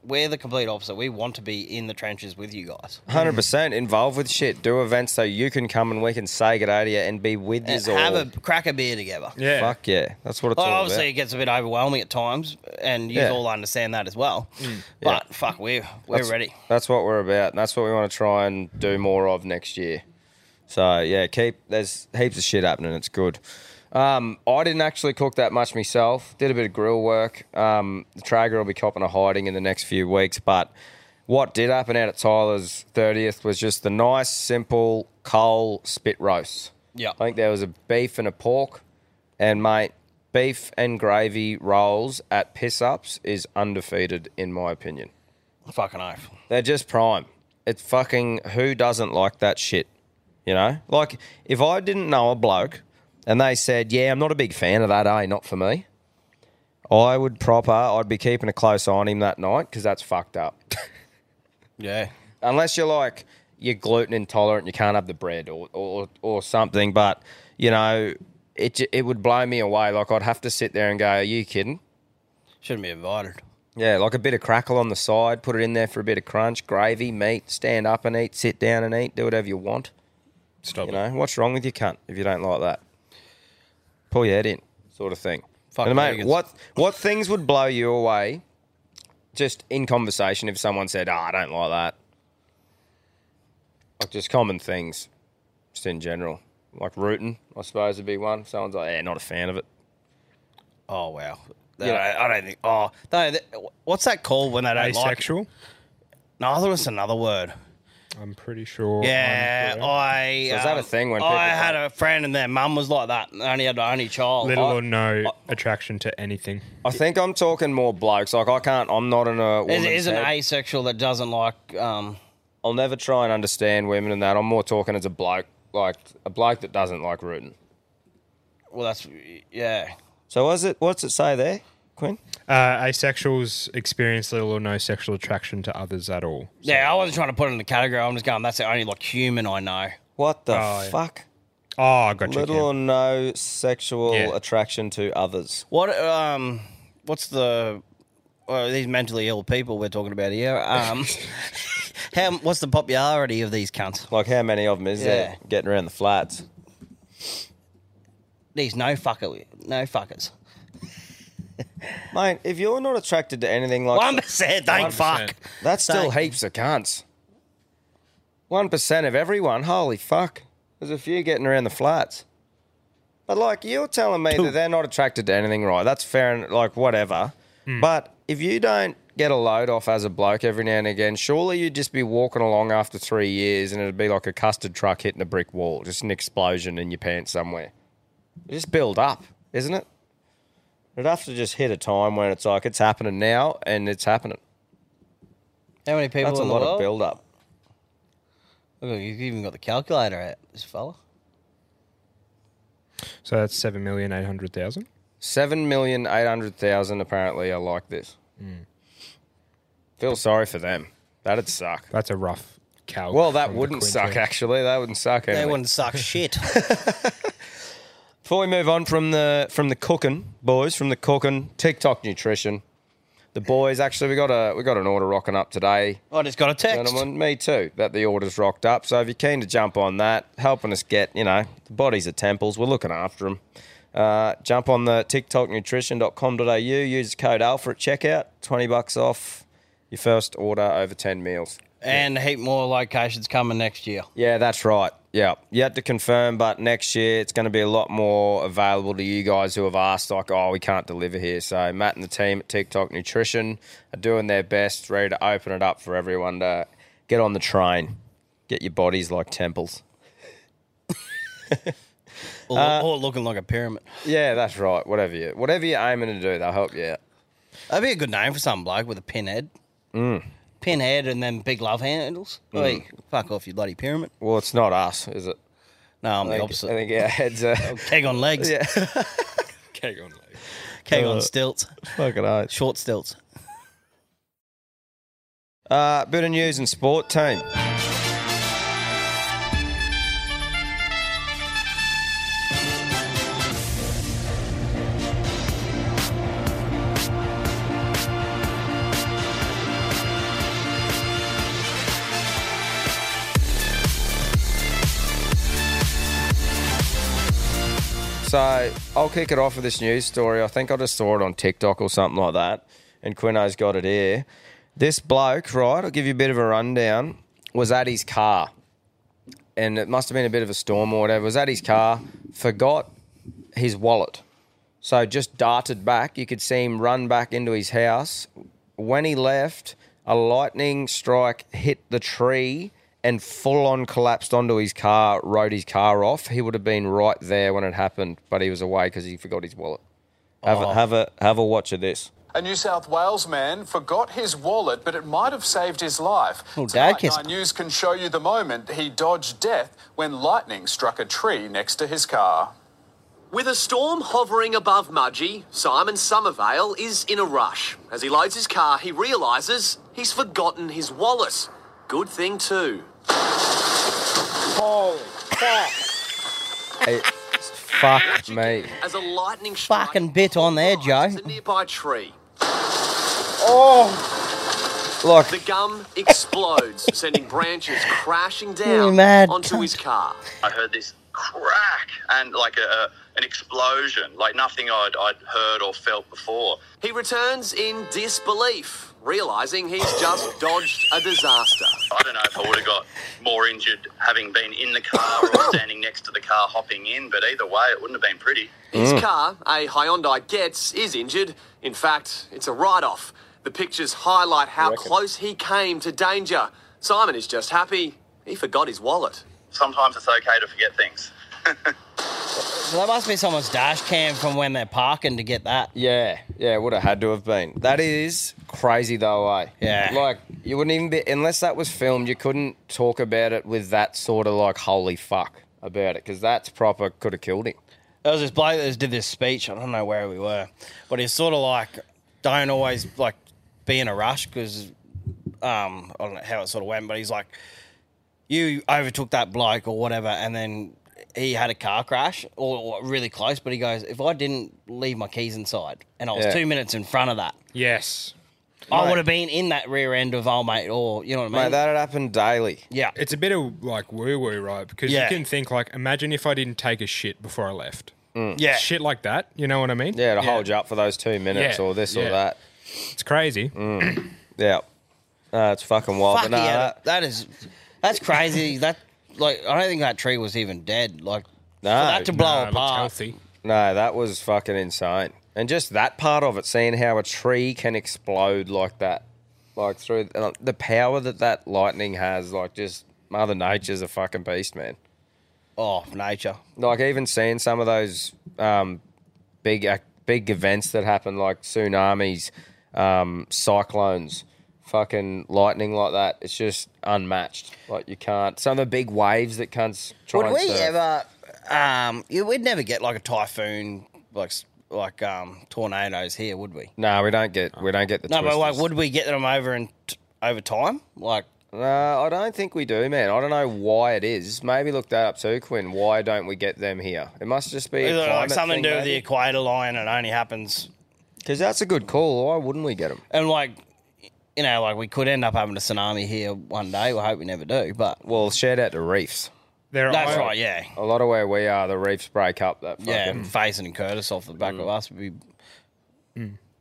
E: we're the complete opposite. We want to be in the trenches with you guys.
B: Hundred percent involved with shit. Do events so you can come and we can say good day to you and be with
E: And
B: you
E: have
B: all.
E: a crack a beer together.
B: Fuck yeah, that's what it's
E: Well,
B: all
E: obviously, it
B: about.
E: gets a bit overwhelming at times, and you
B: Yeah.
E: all understand that as well.
C: Mm.
B: Yeah.
E: But fuck, we're we're
B: That's-
E: ready.
B: That's what we're about. and That's what we want to try and do more of next year. So yeah, keep there's heaps of shit happening. It's good. Um, I didn't actually cook that much myself. Did a bit of grill work. Um, the Traeger will be copping a hiding in the next few weeks. But what did happen out at Tyler's thirtieth was just the nice, simple coal spit roast.
E: Yeah.
B: I think there was a beef and a pork, and mate, beef and gravy rolls at piss ups is undefeated in my opinion.
E: Fucking oath.
B: They're just prime. It's fucking who doesn't like that shit? You know? Like if I didn't know a bloke and they said, Yeah, I'm not a big fan of that, eh? Not for me. I would proper, I'd be keeping a close eye on him that night because that's fucked up.
E: Yeah.
B: Unless you're like, you're gluten intolerant, you can't have the bread or, or, or something. But, you know, it, j- it would blow me away. Like, I'd have to sit there and go, Are you kidding?
E: Shouldn't be invited.
B: Yeah, like a bit of crackle on the side, put it in there for a bit of crunch, gravy, meat, stand up and eat, sit down and eat, do whatever you want.
C: Stop
B: you know, what's wrong with your cunt if you don't like that? Pull your head in, sort of thing.
E: Fuck
B: and mate,
E: vegans.
B: what what things would blow you away just in conversation if someone said, "Ah, I don't like that. Like just common things, just in general. Like rooting, I suppose, would be one. Someone's like, yeah, not a fan of it.
E: Oh wow.
B: You
E: They don't- I don't think. Oh, no, th- what's that called when they don't
C: Asexual?
E: like? No, there was another word.
C: I'm pretty sure.
E: Yeah, I.
C: So is that a
E: um,
C: thing when people
E: I had a friend and their mum was like that? And only had an only child.
C: Little
E: I-
C: or no
B: Oh.
C: attraction to anything.
B: I think I'm talking more blokes. Like I can't. I'm not in a.
E: is,
B: woman's
E: is an
B: head.
E: asexual that doesn't like. Um,
B: I'll never try and understand women and that. I'm more talking as a bloke, like a bloke that doesn't like rooting.
E: well, that's yeah.
B: So what's it? What's it say there, Quinn?
C: Uh, asexuals experience little or no sexual attraction to others at all.
E: Yeah, I wasn't trying to put it in a category. I'm just going. That's the only like human I know.
B: What the
E: Oh, yeah.
B: fuck?
C: Oh, I got
B: Little or no sexual
E: Yeah.
B: attraction to others.
E: What um, what's the well, these mentally ill people we're talking about here? Um, how what's the popularity of these cunts?
B: Like how many of them is there getting around the flats?
E: These no fucker, no fuckers.
B: Mate, if you're not attracted to anything like
E: One percent, thank fuck.
B: That's still
E: Thank-
B: heaps of cunts. One percent of everyone. Holy fuck! There's a few getting around the flats. But like you're telling me that they're not attracted to anything, right? That's fair and like whatever.
E: Hmm.
B: But if you don't get a load off as a bloke every now and again, surely you'd just be walking along after three years and it'd be like a custard truck hitting a brick wall, just an explosion in your pants somewhere. It just build up, isn't it? It'd have to just hit a time when it's like it's happening now and it's happening.
E: How many people
B: That's a
E: in
B: lot
E: the world?
B: of build up.
E: Look, you've even got the calculator out, this fella.
C: So that's 7,800,000.
B: Seven million eight hundred thousand apparently are like this.
C: Mm.
B: Feel sorry for them. That'd suck.
C: That's a rough cow.
B: Well, that wouldn't suck actually. That wouldn't suck.
E: They
B: Emily.
E: wouldn't suck shit.
B: Before we move on from the from the cooking boys, from the cooking TikTok nutrition, the boys actually we got a we got an order rocking up today.
E: I just got a text.
B: Gentlemen, me too. That the orders rocked up. So if you're keen to jump on that, helping us get you know the bodies of temples, we're looking after them. Uh, jump on the tiktoknutrition.com.au. Use code Alpha at checkout. Twenty bucks off your first order over ten meals.
E: and a heap more locations coming next year.
B: Yeah, that's right. Yeah, yet to confirm, but next year it's going to be a lot more available to you guys who have asked, like, oh, we can't deliver here. So Matt and the team at TikTok Nutrition are doing their best, ready to open it up for everyone to get on the train, get your bodies like temples.
E: Or,
B: Uh,
E: or looking like a pyramid.
B: Yeah, that's right. Whatever you, whatever you're aiming to do, they'll help you out.
E: That'd be a good name for some bloke with a pinhead.
B: Mm.
E: Pinhead and then big love handles.
B: Mm.
E: Oi, fuck off, you bloody pyramid.
B: Well, it's not us, is it?
E: No, I'm the
B: I think-
E: opposite.
B: I think our heads are
E: keg on legs.
B: Yeah,
C: Keg on legs.
E: Keg on
B: Uh,
E: stilts.
B: Fucking oath.
E: Short stilts.
B: Uh, bit of news and sport team. So I'll kick it off with this news story. I think I just saw it on TikTok or something like that, and Quino's got it here. This bloke, right? I'll give you a bit of a rundown. Was at his car, and it must have been a bit of a storm or whatever. Was at his car, forgot his wallet, so just darted back. You could see him run back into his house. When he left, a lightning strike hit the tree and full on collapsed onto his car, rode his car off. He would have been right there when it happened, but he was away because he forgot his wallet. Have,
K: Oh.
B: a, have a have a watch of this.
K: A New South Wales man forgot his wallet, but it might have saved his life.
B: Oh,
K: Tonight,
B: Dad, yes.
K: Nine News can show you the moment he dodged death when lightning struck a tree next to his car.
L: With a storm hovering above Mudgee, Simon Somervale is in a rush. As he loads his car, he realises he's forgotten his wallet. Good thing, too. Holy
B: Hey, fuck me.
L: As a lightning strike
E: Fucking bit on there, Joe.
L: a nearby tree.
E: Oh, Look.
L: The gum explodes, sending branches crashing
E: You
L: down
E: mad
L: onto
E: cunt.
L: his car.
M: I heard this crack and like a, a an explosion, like nothing I'd, I'd heard or felt before.
L: He returns in disbelief, realizing he's just dodged a disaster.
M: I don't know if I would have got more injured having been in the car or standing next to the car hopping in, but either way, it wouldn't have been pretty.
L: His
E: Mm.
L: car, a Hyundai Getz, is injured. In fact, it's a write off. The pictures highlight how close he came to danger. Simon is just happy he forgot his wallet.
M: Sometimes it's okay to forget things.
E: So that must be someone's dash cam from when they're parking to get that.
B: Yeah, yeah, would have had to have been. That is crazy though, eh?
E: Yeah.
B: Like you wouldn't even be unless that was filmed. You couldn't talk about it with that sort of like holy fuck about it because that's proper could have killed him.
E: There was this bloke that did this speech. I don't know where we were, but he's sort of like, don't always like be in a rush because um, I don't know how it sort of went, but he's like, you overtook that bloke or whatever, and then he had a car crash or, or really close. But he goes, if I didn't leave my keys inside and I was
B: Yeah.
E: two minutes in front of that,
C: Yes.
E: I
C: Mate.
E: would have been in that rear end of old mate, or you know what I mean?
C: Mate, that'd
B: happen daily.
E: Yeah.
C: It's a bit of like woo woo, right? Because
E: Yeah.
C: you can think like, imagine if I didn't take a shit before I left.
B: Mm.
E: Yeah.
C: Shit like that. You know what I mean?
B: Yeah, to hold you up for those two minutes
C: Yeah,
B: or this
C: yeah.
B: or that. Mm.
C: It's crazy.
B: Yeah. No, it's fucking wild.
E: Fuck
B: but no,
E: yeah,
B: that-
E: that- that is that's crazy. that like I don't think that tree was even dead. Like
B: No.
E: for that to blow
B: No, it looked
E: apart.
B: healthy. No, that was fucking insane. And just that part of it, seeing how a tree can explode like that, like through uh, the power that that lightning has, like just Mother Nature's a fucking beast, man.
E: Oh, nature.
B: Like even seeing some of those um, big ac big events that happen, like tsunamis, um, cyclones, fucking lightning like that. It's just unmatched. Like you can't. Some of the big waves that cunts try
E: Would
B: and
E: we
B: surf.
E: ever? Um, you, we'd never get like a typhoon, like s- like um tornadoes here, would we?
B: No, we don't get we don't get the
E: no, but like,
B: twisters.
E: would we get them over and t- over time? Like,
B: no, I don't think we do, man. I don't know why it is. Maybe look that up too, Quinn. Why don't we get them here? It must just be a
E: Is it, like
B: climate
E: something
B: thing,
E: to do with the
B: maybe.
E: equator line, and it only happens.
B: Because that's a good call. Why wouldn't we get them?
E: And like, you know, like we could end up having a tsunami here one day. I hope we never do. But
B: well, shout out to reefs.
C: There
E: That's right. Yeah.
B: A lot of where we are, the reefs break up. That fucking Mm.
E: Yeah, Faison and Curtis off the back of us would be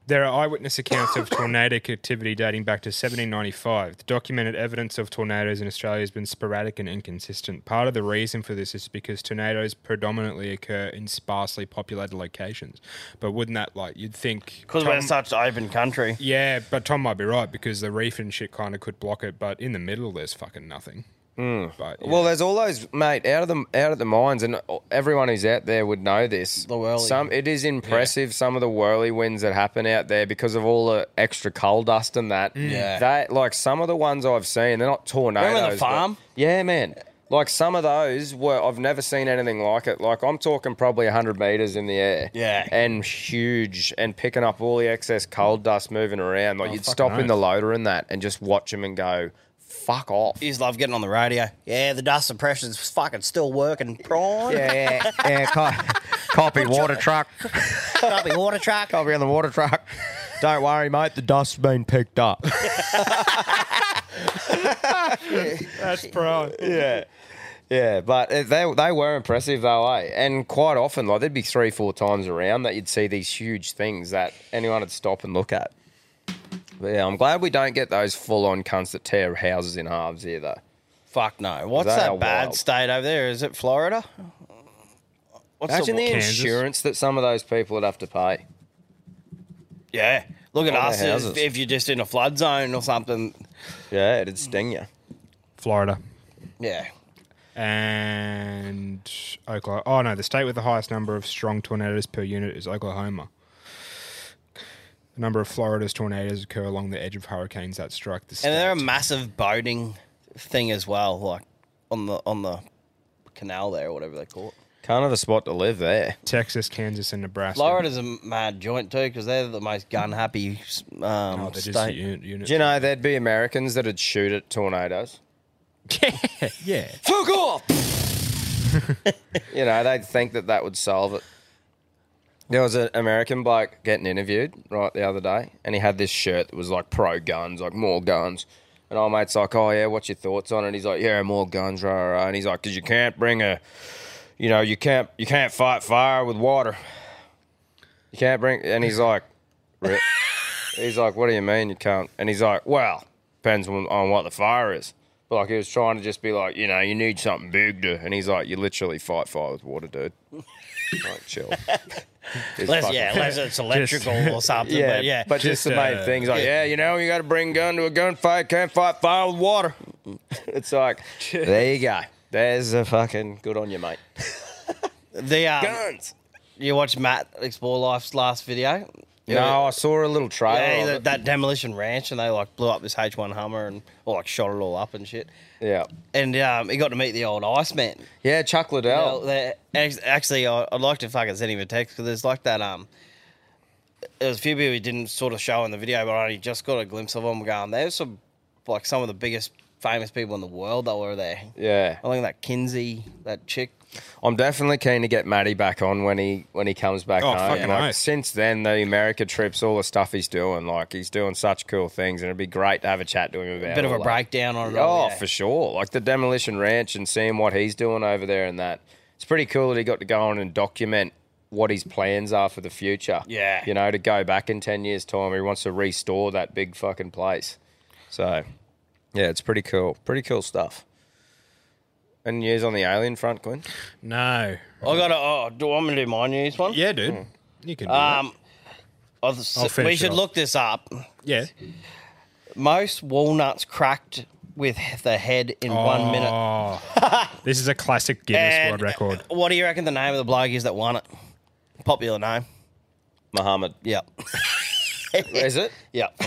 C: There are eyewitness accounts of tornado activity dating back to 1795. The documented evidence of tornadoes in Australia has been sporadic and inconsistent. Part of the reason for this is because tornadoes predominantly occur in sparsely populated locations. But wouldn't that, like, you'd think.
E: because we're
C: Tom-
E: such open country.
C: Yeah, but Tom might be right because the reef and shit kind of could block it, but in the middle, there's fucking nothing.
B: Mm.
C: But,
B: Well, there's all those mate out of the out of the mines, and everyone who's out there would know this. The
E: whirly.
B: Some it is impressive some of the whirly winds that happen out there because of all the extra coal dust and that.
E: Mm. Yeah.
B: that like some of the ones I've seen, they're not tornadoes.
E: Remember the
B: but-
E: farm?
B: yeah, man. Like some of those were I've never seen anything like it. Like I'm talking probably hundred meters in the air.
E: Yeah.
B: and huge, and picking up all the excess coal dust moving around. Like
E: Oh,
B: you'd
E: fucking
B: stop in
E: oath.
B: the loader and that, and just watch them and go, "Fuck off."
E: You just love getting on the radio. Yeah, the dust suppression's fucking still working prime.
B: Yeah, yeah, yeah, co- copy water truck.
E: Copy water truck.
B: Copy on the water truck. Don't worry, mate. The dust's been picked up.
C: That's pro.
B: Yeah. Yeah, but it- they they were impressive though, eh? And quite often, like there'd be three, four times around that you'd see these huge things that anyone would stop and look at. But yeah, I'm glad we don't get those full on cunts that tear houses in halves here, though.
E: Fuck no. What's that bad state over there? Is it Florida? What's
B: Imagine the,
E: Kansas?
B: insurance that some of those people would have to pay.
E: Yeah. Look at
B: On
E: us.
B: their
E: If,
B: Oh, houses.
E: if you're just in a flood zone or something.
B: Yeah, it'd sting you.
C: Florida.
E: Yeah.
C: and Oklahoma. Oh no, the state with the highest number of strong tornadoes per unit is Oklahoma. The number of Florida's tornadoes occur along the edge of hurricanes that strike the
E: And
C: state.
E: they're a massive boating thing as well, like on the on the canal there or whatever they call it.
B: Kind of a spot to live there.
C: Texas, Kansas, and Nebraska.
E: Florida's a mad joint too because they're the most gun happy um,
C: they're just
E: state.
C: uni-
B: Do you know there'd be Americans that'd shoot at tornadoes?
C: yeah.
B: Fuck off! you know, they'd think that that would solve it. There was an American bloke getting interviewed right the other day, and he had this shirt that was like pro guns, like more guns. And our mate's like, "Oh yeah, what's your thoughts on it?" And he's like, "Yeah, more guns, rah rah." rah." And he's like, "Cause you can't bring a, you know, you can't you can't fight fire with water. You can't bring." And he's like, "Re- He's like, "What do you mean you can't?" And he's like, "Well, depends on, on what the fire is." But like he was trying to just be like, you know, you need something big to. And he's like, "You literally fight fire with water, dude. like, chill." It's
E: Unless-
B: fucking-
E: yeah, unless it's electrical or something,
B: Yeah,
E: but yeah.
B: but just, the main
E: uh,
B: things like, yeah, you know, you got to bring gun to a gunfight. Can't fight fire with water. it's like, there you go. There's a fucking good on you, mate.
E: The um,
B: guns.
E: You watched Matt explore life's last video.
B: No, I saw a little trailer.
E: Yeah,
B: of
E: that,
B: it.
E: that demolition ranch, and they like blew up this H1 Hummer and or like shot it all up and shit.
B: Yeah.
E: And um, he got to meet the old Iceman.
B: Yeah, Chuck Liddell.
E: actually, I- I'd like to fucking send him a text because there's like that. Um, there was a few people who didn't sort of show in the video, but I only just got a glimpse of them going. There's some like some of the biggest famous people in the world that were there.
B: Yeah.
E: I think that Kinsey, that chick.
B: I'm definitely keen to get Matty back on when he when he comes back
E: Oh,
B: home.
E: fucking
B: Like,
E: oath.
B: Since then, the America trips, all the stuff he's doing, like he's doing such cool things, and it'd be great to have a chat to him about.
E: Bit of
B: all
E: a
B: that.
E: breakdown on it
B: Oh,
E: all, yeah.
B: for sure. Like the demolition ranch and seeing what he's doing over there and that. It's pretty cool that he got to go on and document what his plans are for the future.
E: Yeah.
B: you know, to go back in ten years' time, he wants to restore that big fucking place. So, yeah, it's pretty cool. Pretty cool stuff. And news on the alien front, Quinn?
C: No.
E: I got to. Oh, do I want me to do my news one? Hmm.
C: Yeah, dude. You can. Do
E: Um, I'll
C: I'll
E: s- we
C: finish it
E: should
C: off.
E: look this up.
C: Yeah.
E: Most walnuts cracked with the head in
C: Oh,
E: one minute.
C: this is a classic Guinness
E: And-
C: World Record.
E: What do you reckon the name of the bloke is that won it? Popular name.
B: Muhammad.
E: Yep.
B: is it?
E: Yep.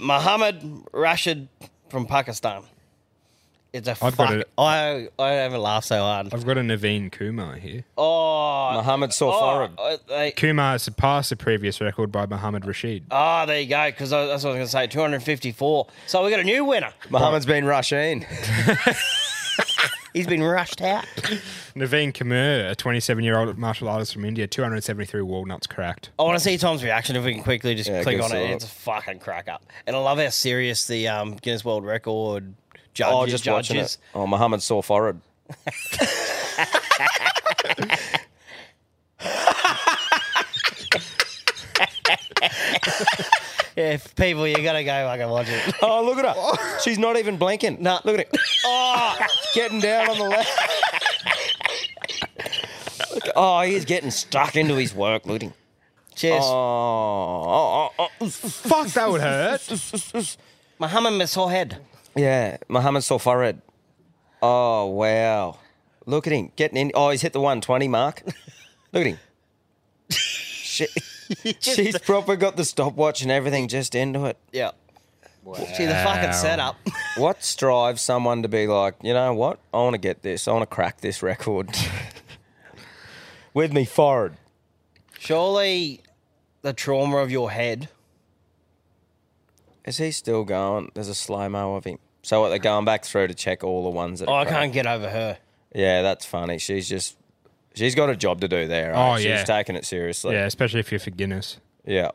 E: Muhammad Rashid from Pakistan. It's a
C: I've got
E: fuck-
C: it.
E: I I haven't laughed so hard.
C: I've got a Naveen Kumar here.
E: Oh, oh, uh, they-
C: Kumar surpassed the previous record by Mohammed Rashid.
E: Ah, there you go. Because that's what I was going to say. Two hundred fifty-four. So we got a new winner.
B: Mohammed's been rushed in.
E: He's been rushed out.
C: Naveen Kumar, a 27 year old martial artist from India, 273 walnuts cracked.
E: I want to see Tom's reaction if we can quickly just
C: Yeah,
E: click
C: give
E: on
C: us a
E: it.
C: look.
E: It's a fucking crack up, and I love how serious the um, Guinness World Record judge,
B: oh, just watching it.
E: judges.
B: Oh, Muhammad saw forehead.
E: yeah, if people, you gotta go fucking watch it.
B: Oh, look at her. She's not even blinking.
E: No,
B: look at it.
E: Oh,
B: getting down on the left. Oh, he's getting stuck into his work, looting.
E: Cheers.
B: Oh, oh, oh,
C: Fuck, that would hurt.
E: Muhammad Masohed.
B: Yeah, Mohammed saw forehead. Oh, wow. Look at him getting in. Oh, he's hit the 120 mark. Look at him. Shit. She's proper got the stopwatch and everything just into it.
E: Yeah. See the fucking
B: Wow.
E: setup.
B: what drives someone to be like, you know what? I want to get this. I want to crack this record. With me forward.
E: Surely, the trauma of your head.
B: Is he still going? There's a slow mo of him. So what? They're going back through to check all the ones that.
E: Oh,
B: are
E: I
B: cracked.
E: can't get over her.
B: Yeah, that's funny. She's just, she's got a job to do there.
C: Oh,
B: eh?
C: yeah.
B: she's taking it seriously.
C: yeah, especially if you're for Guinness.
B: Yeah.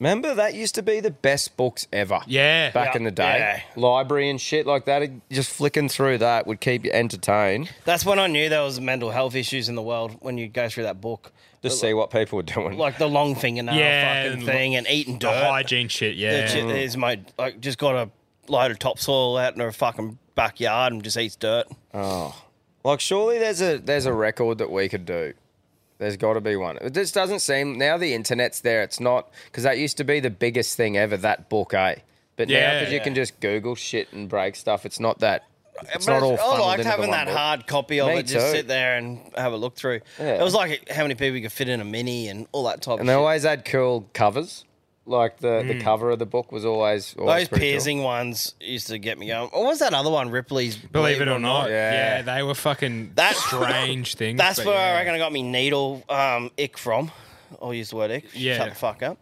B: Remember that used to be the best books ever.
C: Yeah,
B: back in the day, library and shit like that. Just flicking through that would keep you entertained.
E: That's when I knew there was mental health issues in the world when you go through that book.
B: Just see what people were doing.
E: Like the long fingernail
C: Yeah,
E: fucking
C: and
E: thing
C: lo-
E: and eating
C: the
E: dirt.
C: hygiene shit, yeah.
E: That shit
C: Mm.
E: is my like just got a load of topsoil out in her fucking backyard and just eats dirt.
B: Oh, like surely there's a there's a record that we could do. There's got to be one. It just doesn't seem now the internet's there. It's not because that used to be the biggest thing ever. That book, eh? But now
E: Yeah.
B: because you can just Google shit and break stuff, it's not that. It's
E: But
B: not all.
E: it's- I
B: funneled
E: liked
B: into the
E: having
B: one
E: that
B: book.
E: hard copy of
B: Me
E: it. Just
B: too.
E: sit there and have a look through.
B: Yeah.
E: It was like how many people you could fit in a mini and all that type.
B: And
E: of
B: they
E: shit.
B: always had cool covers. Like the, the
E: Mm.
B: cover of the book was always, always
E: Those
B: pretty cool.
E: piercing ones used to get me going. What was that other one? Ripley's Believe,
C: Believe it or not, yeah,
E: Yeah.
C: they were fucking
E: That's-
C: strange things.
E: That's
C: but
E: where
C: yeah.
E: I reckon I got me needle um, ick from. I'll use the word ick.
C: Yeah.
E: Shut the fuck up.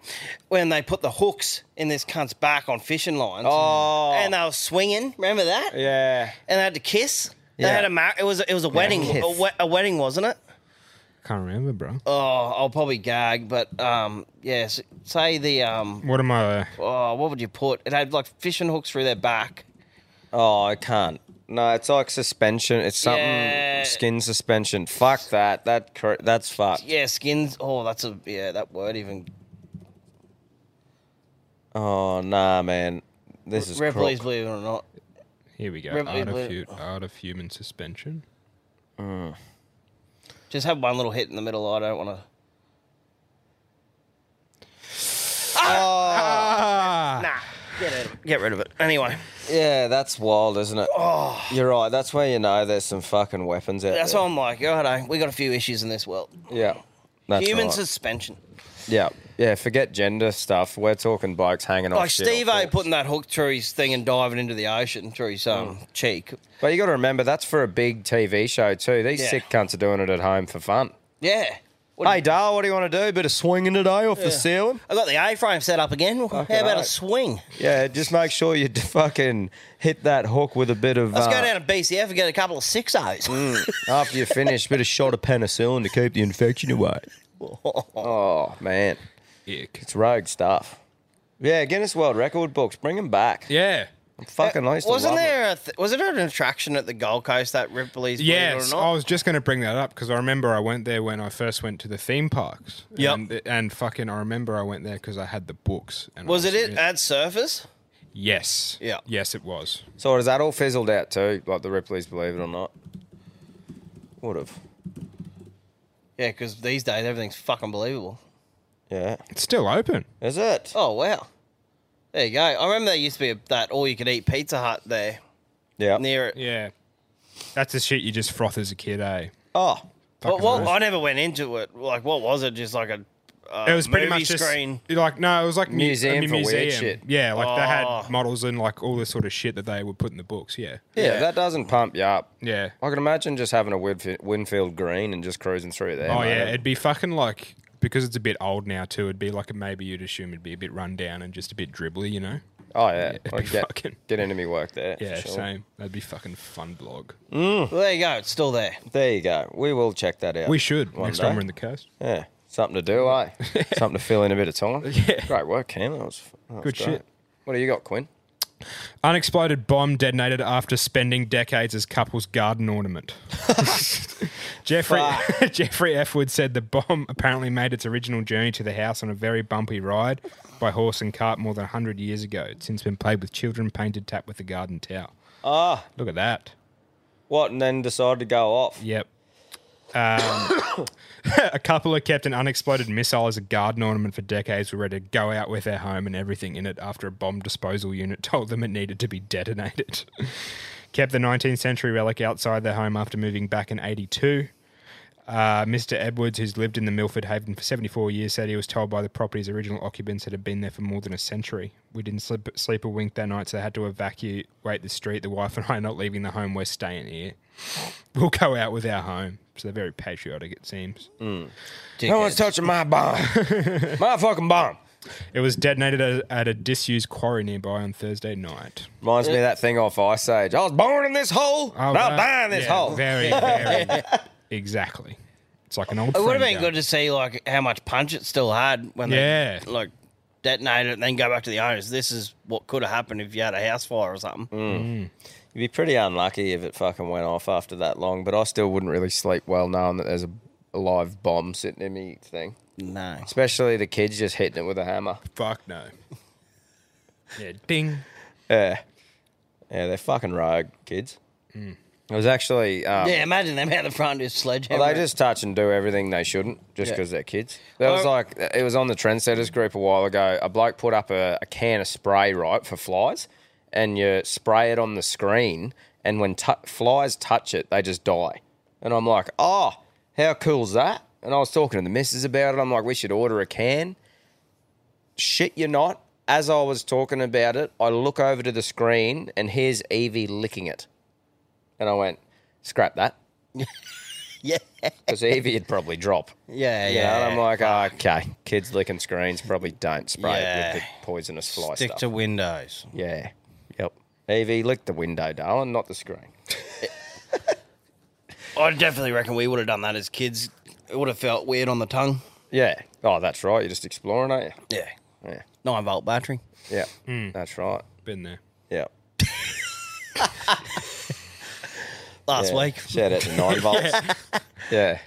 E: When they put the hooks in this cunt's back on fishing lines.
B: Oh.
E: And they were swinging. Remember that?
B: Yeah.
E: And they had to kiss. They
C: Yeah.
E: had a mar- it was it was a
C: Yeah.
E: wedding
C: Kiss.
E: a, we- a wedding wasn't it?
C: Can't remember, bro.
E: Oh, I'll probably gag, but um, yes. Say the um,
C: What am I?
E: oh, what would you put? It had like fishing hooks through their back.
B: Oh, I can't. No, it's like suspension. It's something
E: Yeah.
B: skin suspension. Fuck that. That cor- that's fucked.
E: Yeah, skins. Oh, that's a yeah. That word even
B: Oh nah, man. This is
E: Ripley's
B: crook.
E: believe it or not.
C: Here we go.
E: Ripley
C: Art of,
E: Blue-
C: hu- art of human suspension. Mm.
E: Just have one little hit in the middle. I don't want to. Nah, get it. Get rid of it. Anyway.
B: Yeah, that's wild, isn't it?
E: Oh.
B: You're right. That's where you know there's some fucking weapons out
E: That's
B: there.
E: what I'm like. Righto, we got a few issues in this world.
B: Yeah. That's
E: Human
B: right.
E: suspension.
B: Yeah. Yeah, forget gender stuff. We're talking blokes hanging off
E: like
B: shit.
E: Steve A putting that hook through his thing and diving into the ocean through his um, cheek.
B: But you got to remember that's for a big TV show too. These
E: Yeah.
B: sick cunts are doing it at home for fun.
E: Yeah.
B: hey, Dale, what do you want to do? Bit of swinging today off
E: Yeah.
B: the ceiling?
E: I got the A-frame set up again.
B: Fucking
E: How about a
B: oath.
E: swing?
B: Yeah, just make sure you d- fucking hit that hook with a bit of.
E: Let's
B: uh,
E: go down to BCF and get a couple of six O's.
B: after you finish, bit of shot of penicillin to keep the infection away. Oh man, it's rogue stuff. Yeah, Guinness World Record books, bring them back.
C: Yeah,
B: I'm fucking. I used to
E: Uh, Wasn't
B: love 'em.
E: there a th- was it an attraction at the Gold Coast that Ripley's? Believe It or
C: Yes, Oh,
E: Not?
C: I was just going to bring that up because I remember I went there when I first went to the theme parks.
E: Yep.
C: And, and fucking, I remember I went there because I had the books. And I
E: Was it it at Surface?
C: Yes. Yeah. Yes, it was.
B: So has that all fizzled out too? Like the Ripley's, believe it or not. Would have.
E: Yeah, because these days everything's fucking believable.
B: Yeah.
C: It's still open.
B: Is it?
E: Oh wow, there you go. I remember there used to be a, that all you could eat Pizza Hut there.
B: Yeah.
E: Near it.
C: Yeah. That's the shit you just froth as a kid, eh?
B: Oh,
E: Well,
C: Fucking
E: well,
C: nice.
E: I never went into it. Like, what was it? Just like a. Uh,
C: it was pretty
E: movie
C: much just
E: screen.
C: like no, it was like mu-
B: Museum
C: I mean,
B: for weird
C: museum.
B: shit.
C: Yeah, like they
B: Oh.
C: had models and like all this sort of shit that they would put in the books. Yeah,
B: Yeah, that doesn't pump you up.
C: Yeah.
B: I can imagine just having a Winf- Winfield Green and just cruising through there.
C: oh
B: mate.
C: yeah, it'd be fucking like because it's a bit old now too. It'd be like maybe you'd assume it'd be a bit run down and just a bit dribbly, you know?
B: Oh yeah.
C: it'd
B: I'd
C: be
B: get,
C: fucking-
B: get into me work there.
C: Yeah,
B: for sure.
C: same. That'd be fucking fun blog.
B: Mm.
E: Well, there you go. It's still there.
B: There you go. We will check that out.
C: We should, next time we're in the coast.
B: coast. Yeah. Something to do, eh? Something to fill in a bit of time. Yeah. Great work, Cam. That was, that was
C: Good
B: great.
C: shit.
B: What do you got, Quinn?
C: Unexploded bomb detonated after spending decades as couple's garden ornament. Jeffrey Jeffrey F. Wood said the bomb apparently made its original journey to the house on a very bumpy ride by horse and cart more than 100 years ago. It's since been played with children, painted tap with a garden towel.
B: Ah,
C: Look at that.
B: what? And then decided to go off.
C: Yep. Um, a couple have kept an unexploded missile as a garden ornament for decades. Were ready to go out with their home and everything in it after a bomb disposal unit told them it needed to be detonated. kept the 19th century relic outside their home after moving back in 82. Uh, Mr. Edwards, who's lived in the Milford Haven for 74 years, said he was told by the property's original occupants that had been there for more than a century. We didn't sleep, sleep a wink that night, so they had to evacuate the street. The wife and I are not leaving the home, we're staying here. We'll go out with our home. So they're very patriotic, it seems.
B: No one's touching my bomb. my fucking bomb.
C: It was detonated at, at a disused quarry nearby on Thursday night.
B: Reminds me of that thing off Ice Age. I was born in this hole.
C: Oh,
B: and I'll
C: that-
B: die in this
C: yeah,
B: hole.
C: Very, very. exactly. It's like an old
E: It would
C: friend
E: have been
C: going,
E: good to see like how much punch it still had when
C: Yeah.
E: they like detonate it and then go back to the owners. This is what could have happened if you had a house fire or something.
B: Mm. You'd be pretty unlucky if it fucking went off after that long, but I still wouldn't really sleep well knowing that there's a, a live bomb sitting in me thing.
E: No.
B: Especially the kids just hitting it with a hammer.
C: Fuck no. Yeah, ding.
B: Yeah. Yeah, they're fucking rogue kids.
C: Mm.
B: It was actually. Um,
E: yeah, imagine them out the front just sledgehammer.
B: Well, they just touch and do everything they shouldn't just
E: Yeah.
B: because they're kids. That was
E: Well-
B: like it was on the trendsetters group a while ago. A bloke put up a, a can of spray right for flies, and you spray it on the screen, and when tu- flies touch it, they just die. And I'm like, oh, how cool's that? And I was talking to the missus about it. I'm like, we should order a can shit you not, as I was talking about it, I look over to the screen and here's Evie licking it. And I went, scrap that.
E: yeah.
B: Because Evie would probably drop.
E: Yeah,
B: You know,
E: yeah.
B: And I'm like, "Oh, okay, kids licking screens probably don't spray
E: Yeah.
B: it with the poisonous fly
E: Stick
B: stuff.
E: to windows.
B: Yeah. Yep. Evie, lick the window, darling, not the screen.
E: I definitely reckon we would have done that as kids. It would have felt weird on the tongue.
B: Yeah. Oh, that's right. You're just exploring, aren't you?
E: Yeah.
B: Yeah.
E: Nine volt battery.
B: Yeah.
C: Hmm.
B: That's right.
C: Been there.
B: Yeah.
E: Last
B: Yeah.
E: week.
B: Shout out to Nine Volts. yeah.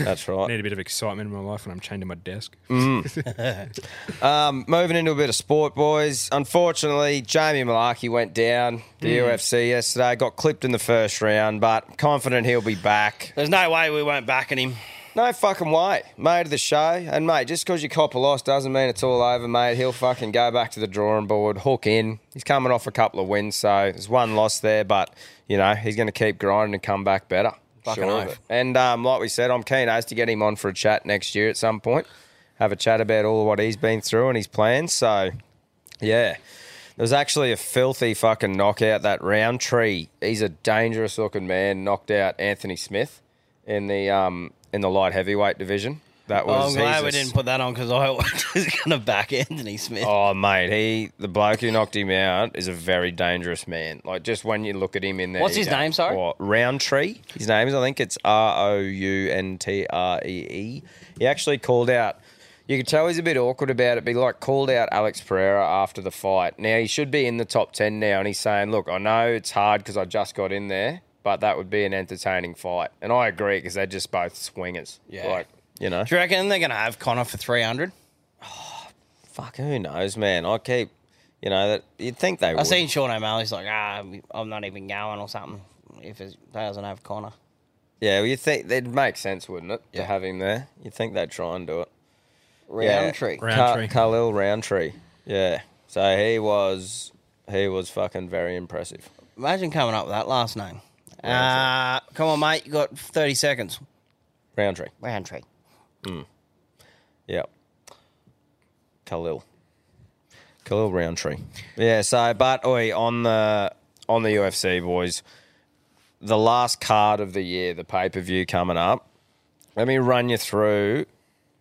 B: That's right.
C: Need a bit of excitement in my life when I'm chained to my desk.
B: Mm. um, moving into a bit of sport, boys. Unfortunately, Jamie Malarkey went down the
E: Mm.
B: UFC yesterday. Got clipped in the first round, but confident he'll be back.
E: There's no way we weren't backing him.
B: No fucking way. Mate of the show. And, mate, just because you cop a loss doesn't mean it's all over, mate. He'll fucking go back to the drawing board, hook in. He's coming off a couple of wins, so there's one loss there, but, you know, he's going to keep grinding and come back better.
E: Fucking
B: of
E: oath.
B: it. And, um, like we said, I'm keen as to get him on for a chat next year at some point. Have a chat about all of what he's been through and his plans, so yeah. There was actually a filthy fucking knockout that round tree. He's a dangerous looking man. Knocked out Anthony Smith in the um in the light heavyweight division. That
E: Oh,
B: was
E: I'm glad
B: he's
E: we
B: a-
E: didn't put that on because I was going to back Anthony Smith.
B: Oh mate, he the bloke who knocked him out is a very dangerous man. Like just when you look at him in there,
E: What's
B: you
E: his
B: go,
E: name, sorry?
B: "What, Roundtree. His name is I think it's R O U N T R E E. He actually called out. You could tell he's a bit awkward about it, but he like called out Alex Pereira after the fight. Now he should be in the top ten now, and he's saying, "Look, I know it's hard because I just got in there, but that would be an entertaining fight." And I agree because they're just both swingers.
E: Yeah.
B: Like you know.
E: Do you reckon they're going to have Connor for 300?
B: Fuck, who knows, man? I keep, you know, that you'd think they
E: I've
B: would.
E: seen Sean O'Malley's like, ah, I'm not even going or something if it doesn't have Connor.
B: Yeah, well, you think it'd make sense, wouldn't it, to have him there? You'd think they'd try and do it.
E: Roundtree.
B: yeah.
E: Roundtree.
B: Car- Khalil Roundtree. Yeah, so he was he was fucking very impressive.
E: Imagine coming up with that last name. Uh, come on, mate. You got 30 seconds.
B: Roundtree.
E: Roundtree.
B: Mm. Yep. Khalil. Khalil Roundtree. Yeah, so but oi, on the on the UFC boys, the last card of the year, the pay per view coming up. Let me run you through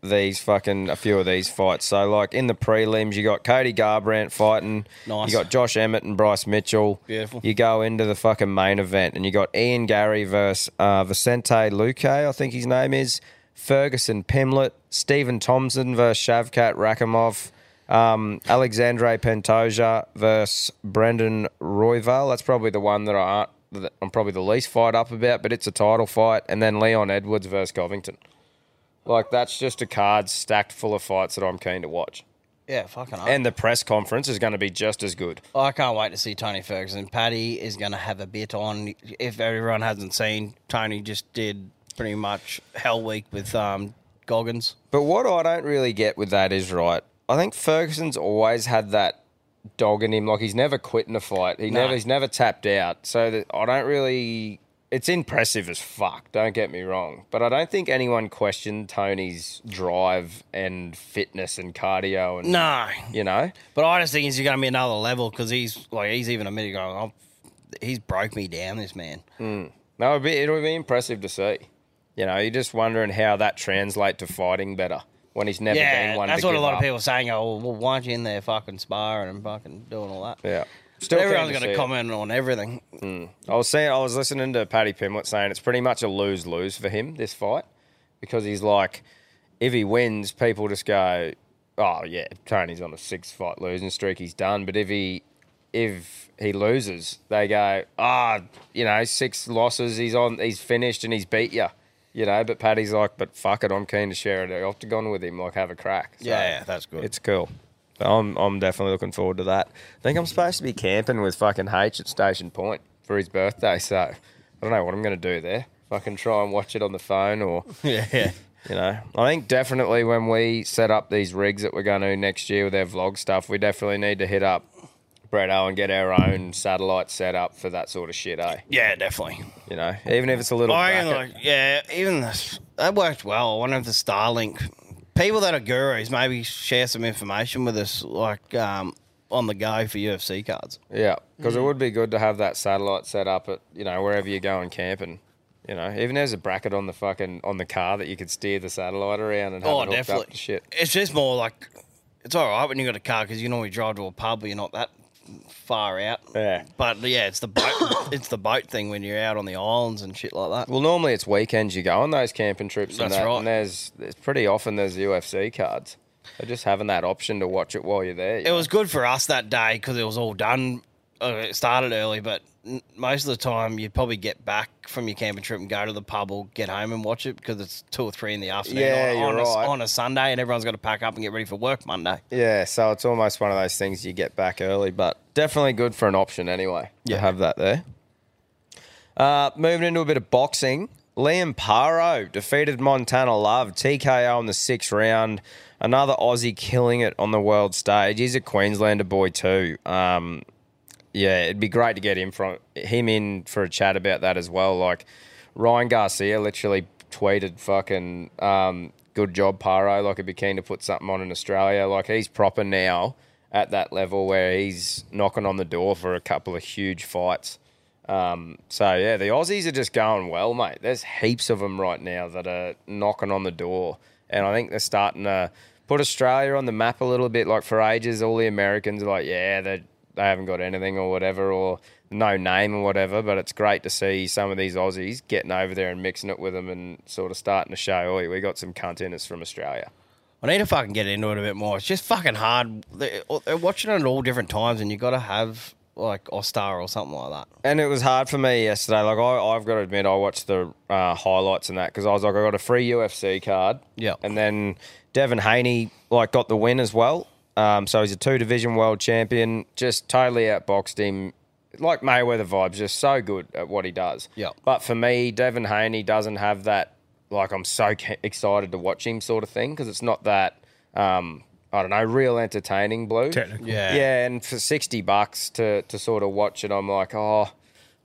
B: these fucking a few of these fights. So like in the prelims, you got Cody Garbrandt fighting.
E: Nice.
B: You got Josh Emmett and Bryce Mitchell.
E: Beautiful.
B: You go into the fucking main event and you got Ian Gary versus uh, Vicente Luque, I think his name is. Ferguson Pimlet, Stephen Thompson versus Shavkat Rakimov, um, Alexandre Pantoja versus Brendan Royval. That's probably the one that I aren't, that I'm probably the least fired up about, but it's a title fight. And then Leon Edwards versus Covington. Like that's just a card stacked full of fights that I'm keen to watch.
E: Yeah, fucking up.
B: And the press conference is going to be just as good.
E: I can't wait to see Tony Ferguson. Paddy is going to have a bit on. If everyone hasn't seen, Tony just did pretty much Hell Week with um, Goggins.
B: But what I don't really get with that is right. I think Ferguson's always had that dog in him. Like he's never quit in a fight. He
E: Nah.
B: never he's never tapped out. So that I don't really. It's impressive as fuck. Don't get me wrong, but I don't think anyone questioned Tony's drive and fitness and cardio and
E: No.
B: you know.
E: But I just think he's going to be another level because he's like he's even admitted going, I'm, he's broke me down. This man.
B: Mm. No, it'll be, it'll be impressive to see. You know, you're just wondering how that translate to fighting better when he's never
E: yeah,
B: been one.
E: that's
B: to
E: what a
B: give
E: lot
B: up.
E: of people are saying. Oh, well, why aren't you in there fucking sparring and fucking doing all that?
B: Yeah,
E: Still
B: keen
E: everyone's
B: to
E: going
B: see
E: to
B: it.
E: comment on everything.
B: Mm. I was saying, I was listening to Paddy Pimlet saying it's pretty much a lose lose for him this fight because he's like, if he wins, people just go, oh yeah, Tony's on a six fight losing streak. He's done. But if he if he loses, they go ah, you know, six losses. He's on. He's finished and he's beat you. You know, but Paddy's like, but fuck it, I'm keen to share an octagon with him. Like, have a crack. So
E: Yeah, yeah, that's good.
B: It's cool. But I'm I'm definitely looking forward to that. I think I'm supposed to be camping with fucking H at Station Point for his birthday. So I don't know what I'm gonna do there. Fucking try and watch it on the phone or
E: yeah.
B: you know, I think definitely when we set up these rigs that we're going to next year with our vlog stuff, we definitely need to hit up Bretto and get our own satellite set up for that sort of shit, eh?
E: Yeah, definitely.
B: You know, even if it's a little.
E: I reckon,
B: bracket.
E: like, yeah, even this that worked well. I wonder if the Starlink people that are gurus maybe share some information with us, like um, on the go for UFC cards.
B: Yeah, because it
E: Mhm.
B: would be good to have that satellite set up at you know wherever you're going camping. You know, even there's a bracket on the fucking on the car that you could steer the satellite around and have
E: Oh,
B: it hooked up
E: definitely.
B: to shit.
E: It's just more like it's all right when you got a car because you normally drive to a pub, but you're not that far out.
B: Yeah,
E: but yeah, it's the boat. it's the boat thing when you're out on the islands and shit like that.
B: Well, normally it's weekends you go on those camping trips. And
E: That's
B: that,
E: right.
B: And there's, there's pretty often there's UFC cards. So just having that option to watch it while you're there.
E: It was good for us that day because it was all done. Uh, it started early, but n- most of the time you'd probably get back from your camping trip and go to the pub or get home and watch it because it's two or three in the afternoon
B: Yeah,
E: on,
B: you're
E: on a s-
B: right.
E: on a Sunday and everyone's got to pack up and get ready for work Monday.
B: Yeah, so it's almost one of those things you get back early, but definitely good for an option anyway. Yeah, have that there. Uh, moving into a bit of boxing, Liam Paro defeated Montana Love TKO in the sixth round. Another Aussie killing it on the world stage. He's a Queenslander boy too. Um, yeah, it'd be great to get him from him in for a chat about that as well. Like Ryan Garcia literally tweeted fucking um, good job Paro. Like he'd be keen to put something on in Australia. Like he's proper now at that level where he's knocking on the door for a couple of huge fights. Um, so yeah, the Aussies are just going well, mate. There's heaps of them right now that are knocking on the door, and I think they're starting to put Australia on the map a little bit. Like for ages, all the Americans are like, yeah, they they haven't got anything or whatever, or no name or whatever. But it's great to see some of these Aussies getting over there and mixing it with them, and sort of starting to show, oi, we got some cunt in us from Australia.
E: I need to fucking get into it a bit more. It's just fucking hard. They're, they're watching it at all different times and you got to have like Ostar or something like that.
B: And it was hard for me yesterday. Like I, I've got to admit, I watched the uh, highlights and that because I was like, I got a free UFC card. Yeah. And then Devin Haney like got the win as well. Um, so he's a two division world champion. Just totally outboxed him. Like Mayweather vibes, just so good at what he does.
E: Yeah.
B: But for me, Devin Haney doesn't have that like I'm so ca- excited to watch him sort of thing because it's not that um, I don't know real entertaining blue.
C: Technical.
E: Yeah.
B: Yeah, and for sixty bucks to to sort of watch it, I'm like, oh,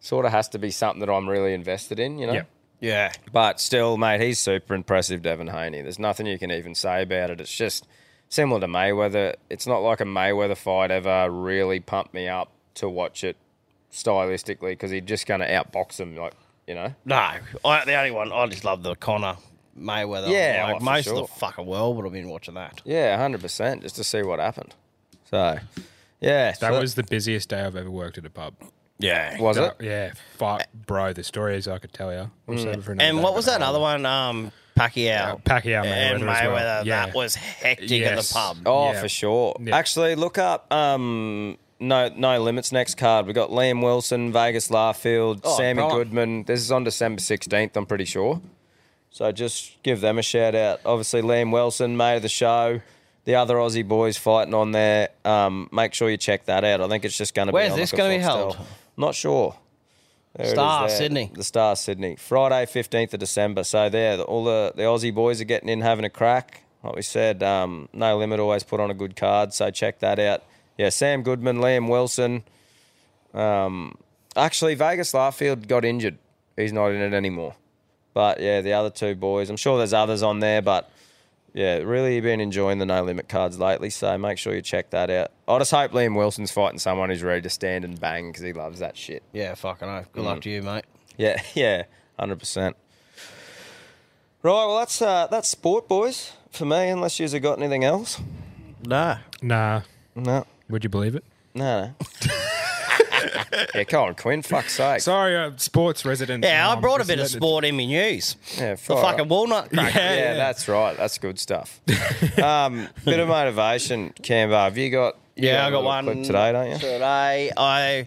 B: sort of has to be something that I'm really invested in, you know.
E: Yeah. Yeah.
B: But still, mate, he's super impressive, Devin Haney. There's nothing you can even say about it. It's just similar to Mayweather. It's not like a Mayweather fight ever really pumped me up to watch it stylistically because he's just going to outbox him, like, you know?
E: No, I, the only one I just love the Connor Mayweather.
B: Yeah,
E: like
B: oh, for
E: most
B: sure.
E: of the fucking world would have been watching that.
B: Yeah, 100%, just to see what happened. So, yeah.
C: That
B: so-
C: was the busiest day I've ever worked at a pub.
E: Yeah.
B: Was
C: That- Yeah, fuck, bro. The stories I could tell you.
B: Mm.
C: We'll save it for another
E: Mm. and
C: day,
E: what
C: but
E: was
C: I
E: that
C: don't
E: other one? Um, Pacquiao.
C: Pacquiao
E: and
C: Mayweather as well.
E: Mayweather.
C: Yeah.
E: That was hectic at the pub.
B: Oh, for sure. Actually, look up um, no no limits next card. We got Liam Wilson, Vegas Larfield,
E: Oh,
B: Sammy
E: right.
B: Goodman. This is on December sixteenth. I'm pretty sure. So just give them a shout out. Obviously, Liam Wilson, mate of the show. The other Aussie boys fighting on there. Um, make sure you check that out. I think it's just going to be.
E: Where's
B: on
E: this
B: like a
E: gonna be
B: Foxtel.
E: held?
B: Not sure. There it is
E: Star,
B: there.
E: Sydney.
B: The Star Sydney. Friday, fifteenth of December. So there, the- all the, the Aussie boys are getting in, having a crack. Like we said, um, no limit always put on a good card. So check that out. Yeah, Sam Goodman, Liam Wilson. Um, actually, Vegas Larfield got injured. He's not in it anymore. But yeah, the other two boys. I'm sure there's others on there, but yeah, really been enjoying the no limit cards lately. So make sure you check that out. I just hope Liam Wilson's fighting someone who's ready to stand and bang because he loves that shit.
E: Yeah, fucking oh. Good luck
B: Mm.
E: to you, mate.
B: Yeah, yeah, hundred percent. Right, well that's uh, that's sport, boys. For me, unless you've got anything else. No.
C: Nah.
B: No.
C: Would you believe it?
B: No. no. yeah, Colin Quinn, fuck's sake.
C: Sorry, uh, sports resident.
B: Yeah, I
C: um,
B: brought a bit of
C: just let it-
B: sport in my news. Yeah,
C: The fucking walnut
B: Yeah,
C: crack.
B: yeah,
C: Yeah.
B: that's right. That's good stuff. um, bit of motivation, Canva. Have you got? you
E: Yeah,
B: a
E: I got
B: little
E: one
B: clip today, don't you?
E: Today, I, I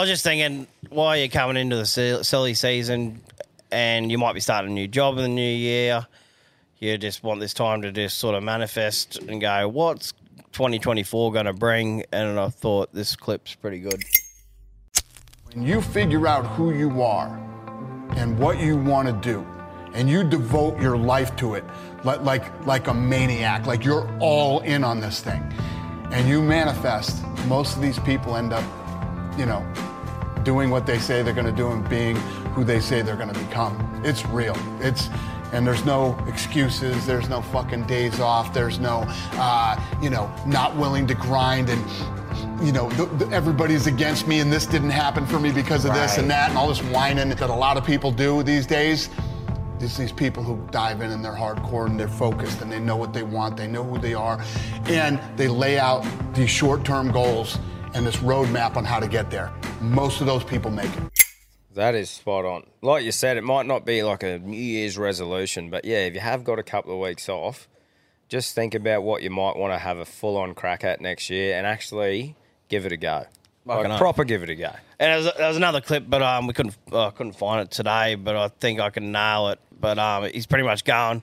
E: was just thinking, why are you coming into the sil- silly season, and you might be starting a new job in the new year. You just want this time to just sort of manifest and go, what's 2024 going to bring? And I thought this clip's pretty good.
N: When you figure out who you are and what you want to do, and you devote your life to it, like, like like a maniac, like you're all in on this thing, and you manifest, most of these people end up, you know, doing what they say they're going to do and being who they say they're going to become. It's real. It's and there's no excuses. There's no fucking days off. There's no, uh, you know, not willing to grind and you know, th- th- everybody's against me and this didn't happen for me because of this and
H: Right.
N: that and all this whining that a lot of people do these days. It's these people who dive in and they're hardcore and they're focused and they know what they want, they know who they are, and they lay out these short term goals and this roadmap on how to get there. Most of those people make it.
B: That is spot on. Like you said, it might not be like a New Year's resolution, but yeah, if you have got a couple of weeks off, just think about what you might want to have a full on crack at next year and actually give it a go.
E: Fucking
B: Like,
E: oath.
B: proper give it a go.
E: And there was, there was another clip, but um, we couldn't uh, couldn't find it today. But I think I can nail it. But um, he's pretty much going.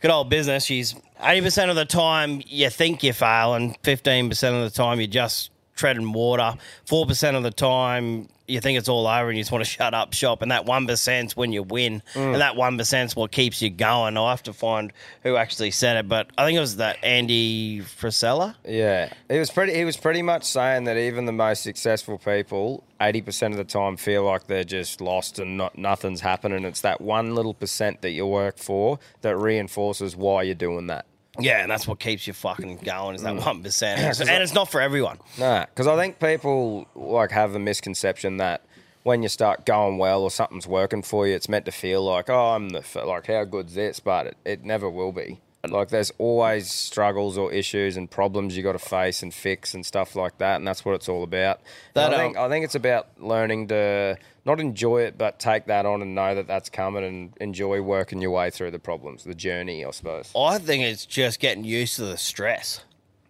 E: Good old business. He's eighty percent of the time you think you fail, and fifteen percent of the time you're just treading water. Four percent of the time you think it's all over and you just want to shut up shop. And that one percent's when you win,
O: Mm.
E: and that one percent's what keeps you going. I have to find who actually said it, but I think it was that Andy Frisella.
B: Yeah, he was pretty. He was pretty much saying that even the most successful people, eighty percent of the time, feel like they're just lost and not, nothing's happening. It's that one little percent that you work for that reinforces why you're doing that.
E: Yeah, and that's what keeps you fucking going is that
B: Mm.
E: one percent,
B: Yeah, 'cause I-
E: and it's not for everyone.
B: No, because I think people like have a misconception that when you start going well or something's working for you, it's meant to feel like oh, I'm the f- like how good's this, but it, it never will be. Like there's always struggles or issues and problems you got to face and fix and stuff like that, and that's what it's all about.
E: That, um
B: And I think I think it's about learning to not enjoy it, but take that on and know that that's coming and enjoy working your way through the problems, the journey, I suppose.
E: I think it's just getting used to the stress.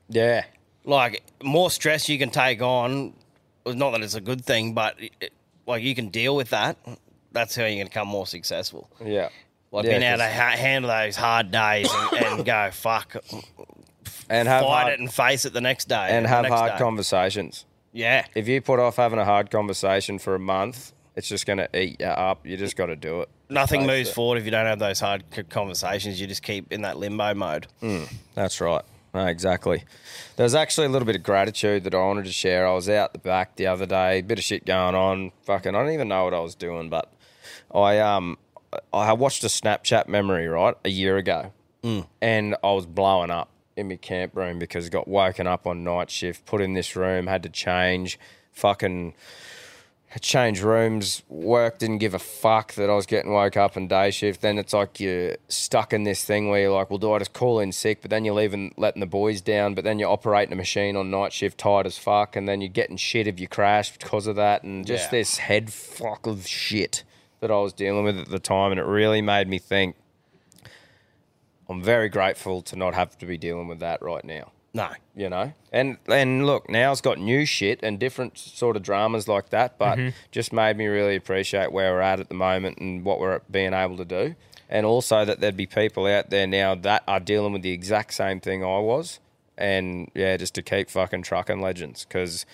B: Yeah.
E: Like, more stress you can take on, well, not that it's a good thing, but it, like you can deal with that. That's how you're going to become more successful.
B: Yeah.
E: Like
B: Yeah,
E: being able to
B: 'cause-
E: ha- handle those hard days and, and go, fuck,
B: and have
E: fight
B: hard-
E: it and face it the next day.
B: and
E: the
B: have
E: next
B: hard
E: day.
B: conversations.
E: Yeah.
B: If you put off having a hard conversation for a month, it's just going to eat you up. You just got to do it.
E: Nothing
B: Face
E: moves
B: it.
E: forward if you don't have those hard c- conversations. You just keep in that limbo mode.
B: Mm, that's right. No, exactly. There's actually a little bit of gratitude that I wanted to share. I was out the back the other day, bit of shit going on. Fucking, I don't even know what I was doing, but I um, I watched a Snapchat memory right a year ago, and I was blowing up in my camp room because got woken up on night shift, put in this room, had to change, fucking change rooms, work, didn't give a fuck that I was getting woke up and day shift. Then it's like you're stuck in this thing where you're like, well, do I just call in sick? But then you're leaving, letting the boys down. But then you're operating a machine on night shift tired as fuck. And then you're getting shit if you crash because of that. And just
E: Yeah.
B: this head fuck of shit that I was dealing with at the time. And it really made me think, I'm very grateful to not have to be dealing with that right now.
E: No.
B: You know? And and look, now it's got new shit and different sort of dramas like that, but
E: Mhm.
B: just made me really appreciate where we're at at the moment and what we're being able to do. And also that there'd be people out there now that are dealing with the exact same thing I was. And yeah, just to keep fucking trucking legends because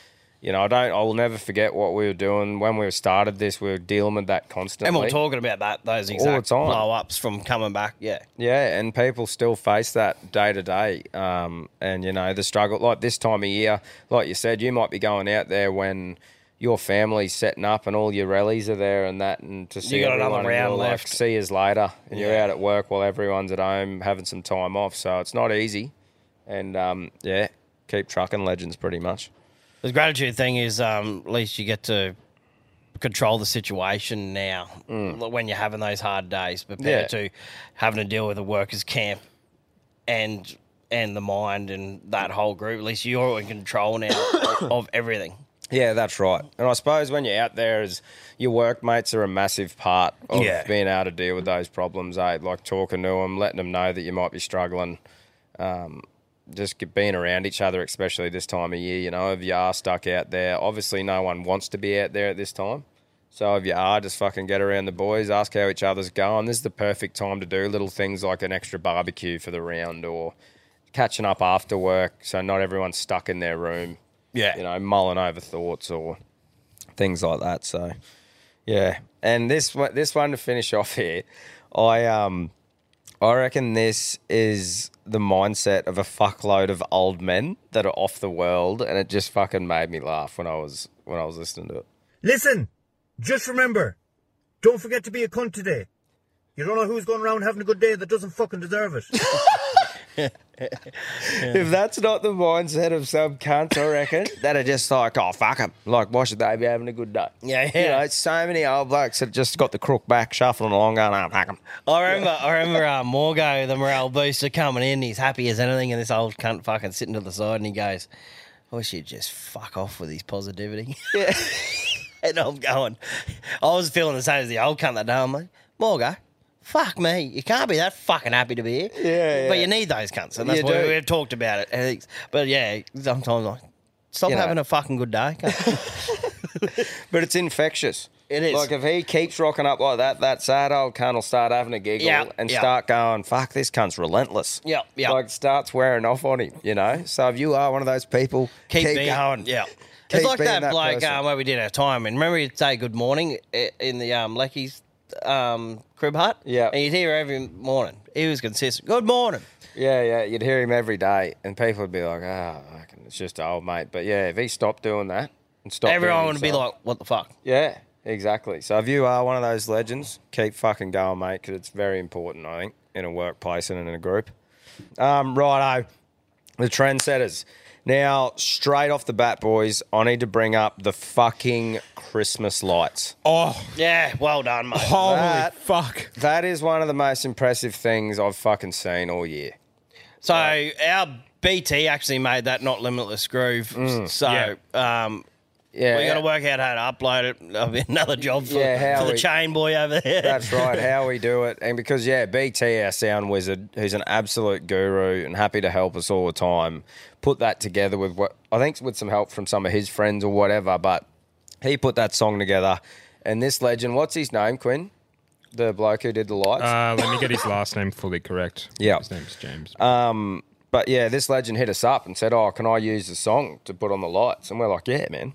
B: you know, I don't. I will never forget what we were doing when we started this. We were dealing with that constantly.
E: And we're talking about that, those
B: All
E: exact
B: the time.
E: blow ups from coming back. Yeah.
B: Yeah, and people still face that day to day. Um, and, you know, the struggle, like this time of year, like you said, you might be going out there when your family's setting up and all your rallies are there and that. And to see
E: got another
B: everyone, and
E: round
B: you're like,
E: left.
B: see you later. And you're
E: Yeah.
B: out at work while everyone's at home having some time off. So it's not easy. And, um, yeah, keep trucking legends pretty much.
E: The gratitude thing is, um, at least you get to control the situation now Like when you're having those hard days, compared
O: Yeah.
E: to having to deal with a workers' camp and and the mind and that whole group. At least you're in control now of everything.
B: Yeah, that's right. And I suppose when you're out there, is your workmates are a massive part of
P: Yeah.
B: being able to deal with those problems. Eh? Like talking to them, letting them know that you might be struggling. Um, just get- being around each other, especially this time of year. You know, if you are stuck out there, obviously no one wants to be out there at this time. So if you are, just fucking get around the boys, ask how each other's going. This is the perfect time to do little things like an extra barbecue for the round or catching up after work, so not everyone's stuck in their room. Yeah, you know, mulling over thoughts or things like that. So, yeah. And this one, this one to finish off here, I um, I reckon this is the mindset of a fuckload of old men that are off the world, and it just fucking made me laugh when I was when I was listening to it.
Q: Listen, just remember, don't forget to be a cunt today. You don't know who's going around having a good day that doesn't fucking deserve it.
B: If that's not the mindset of some cunt, I reckon that are just like, oh fuck 'em. like why should they be having a good day?
E: Yeah,
B: You
E: yeah.
B: know, so many old blokes that just got the crook back shuffling along, going, oh fuck 'em.
E: I remember, I remember uh, Morgo, the morale booster, coming in. He's happy as anything, and this old cunt fucking sitting to the side, and he goes, "I wish you'd just fuck off with his positivity." and I'm going, I was feeling the same as the old cunt that day. I'm like, Morgo, fuck me, you can't be that fucking happy to be here.
B: Yeah,
E: but
B: yeah.
E: you need those cunts, and that's
B: You
E: why
B: do.
E: we've talked about it. And it's- But yeah, sometimes like, stop
B: You know.
E: having a fucking good day. cunt.
B: But it's infectious.
E: It is.
B: Like if he keeps rocking up like that, that sad old cunt will start having a giggle
E: Yeah,
B: and
E: yeah.
B: start going, "Fuck, this cunt's relentless."
E: Yeah, yeah.
B: Like starts wearing off on him, you know. So if you are one of those people,
E: keep,
B: keep,
E: being,
B: going.
E: Yeah.
B: Keep
E: it's like
B: being
E: that,
B: that
E: bloke
B: person.
E: um, where we did our time, and remember he'd say good morning i- in the um, Lecky's um, crib hut. Yeah, and you'd hear every morning. He was consistent. Good morning.
B: Yeah, yeah. You'd hear him every day, and people would be like, "Ah, fucking, it's just old mate." But yeah, if he stopped doing that and stopped, doing
E: Everyone would be
B: himself-
E: like, "What the fuck?"
B: Yeah, exactly. So if you are one of those legends, keep fucking going, mate, because it's very important, I think, in a workplace and in a group. Um, righto, the trendsetters. Now, straight off the bat, boys, I need to bring up the fucking Christmas lights.
C: Oh,
E: yeah. Well done, mate.
C: fuck.
B: That is one of the most impressive things I've fucking seen all year.
E: So our BT actually made that not limitless groove. So um,
B: Mm, Yeah.
E: we got to work out how to upload it. That'll be another job for,
B: Yeah, how
E: for the
B: we-
E: chain boy over there.
B: That's right, how we do it. And because, yeah, BT, our sound wizard, who's an absolute guru and happy to help us all the time, put that together with what I think with some help from some of his friends or whatever. But he put that song together. And this legend, what's his name, Quinn? The bloke who did the lights?
C: Uh, let me get his last name fully correct.
B: Yeah.
C: His name's James.
B: Um, but yeah, this legend hit us up and said, "Oh, can I use the song to put on the lights?" And we're like, "Yeah, man,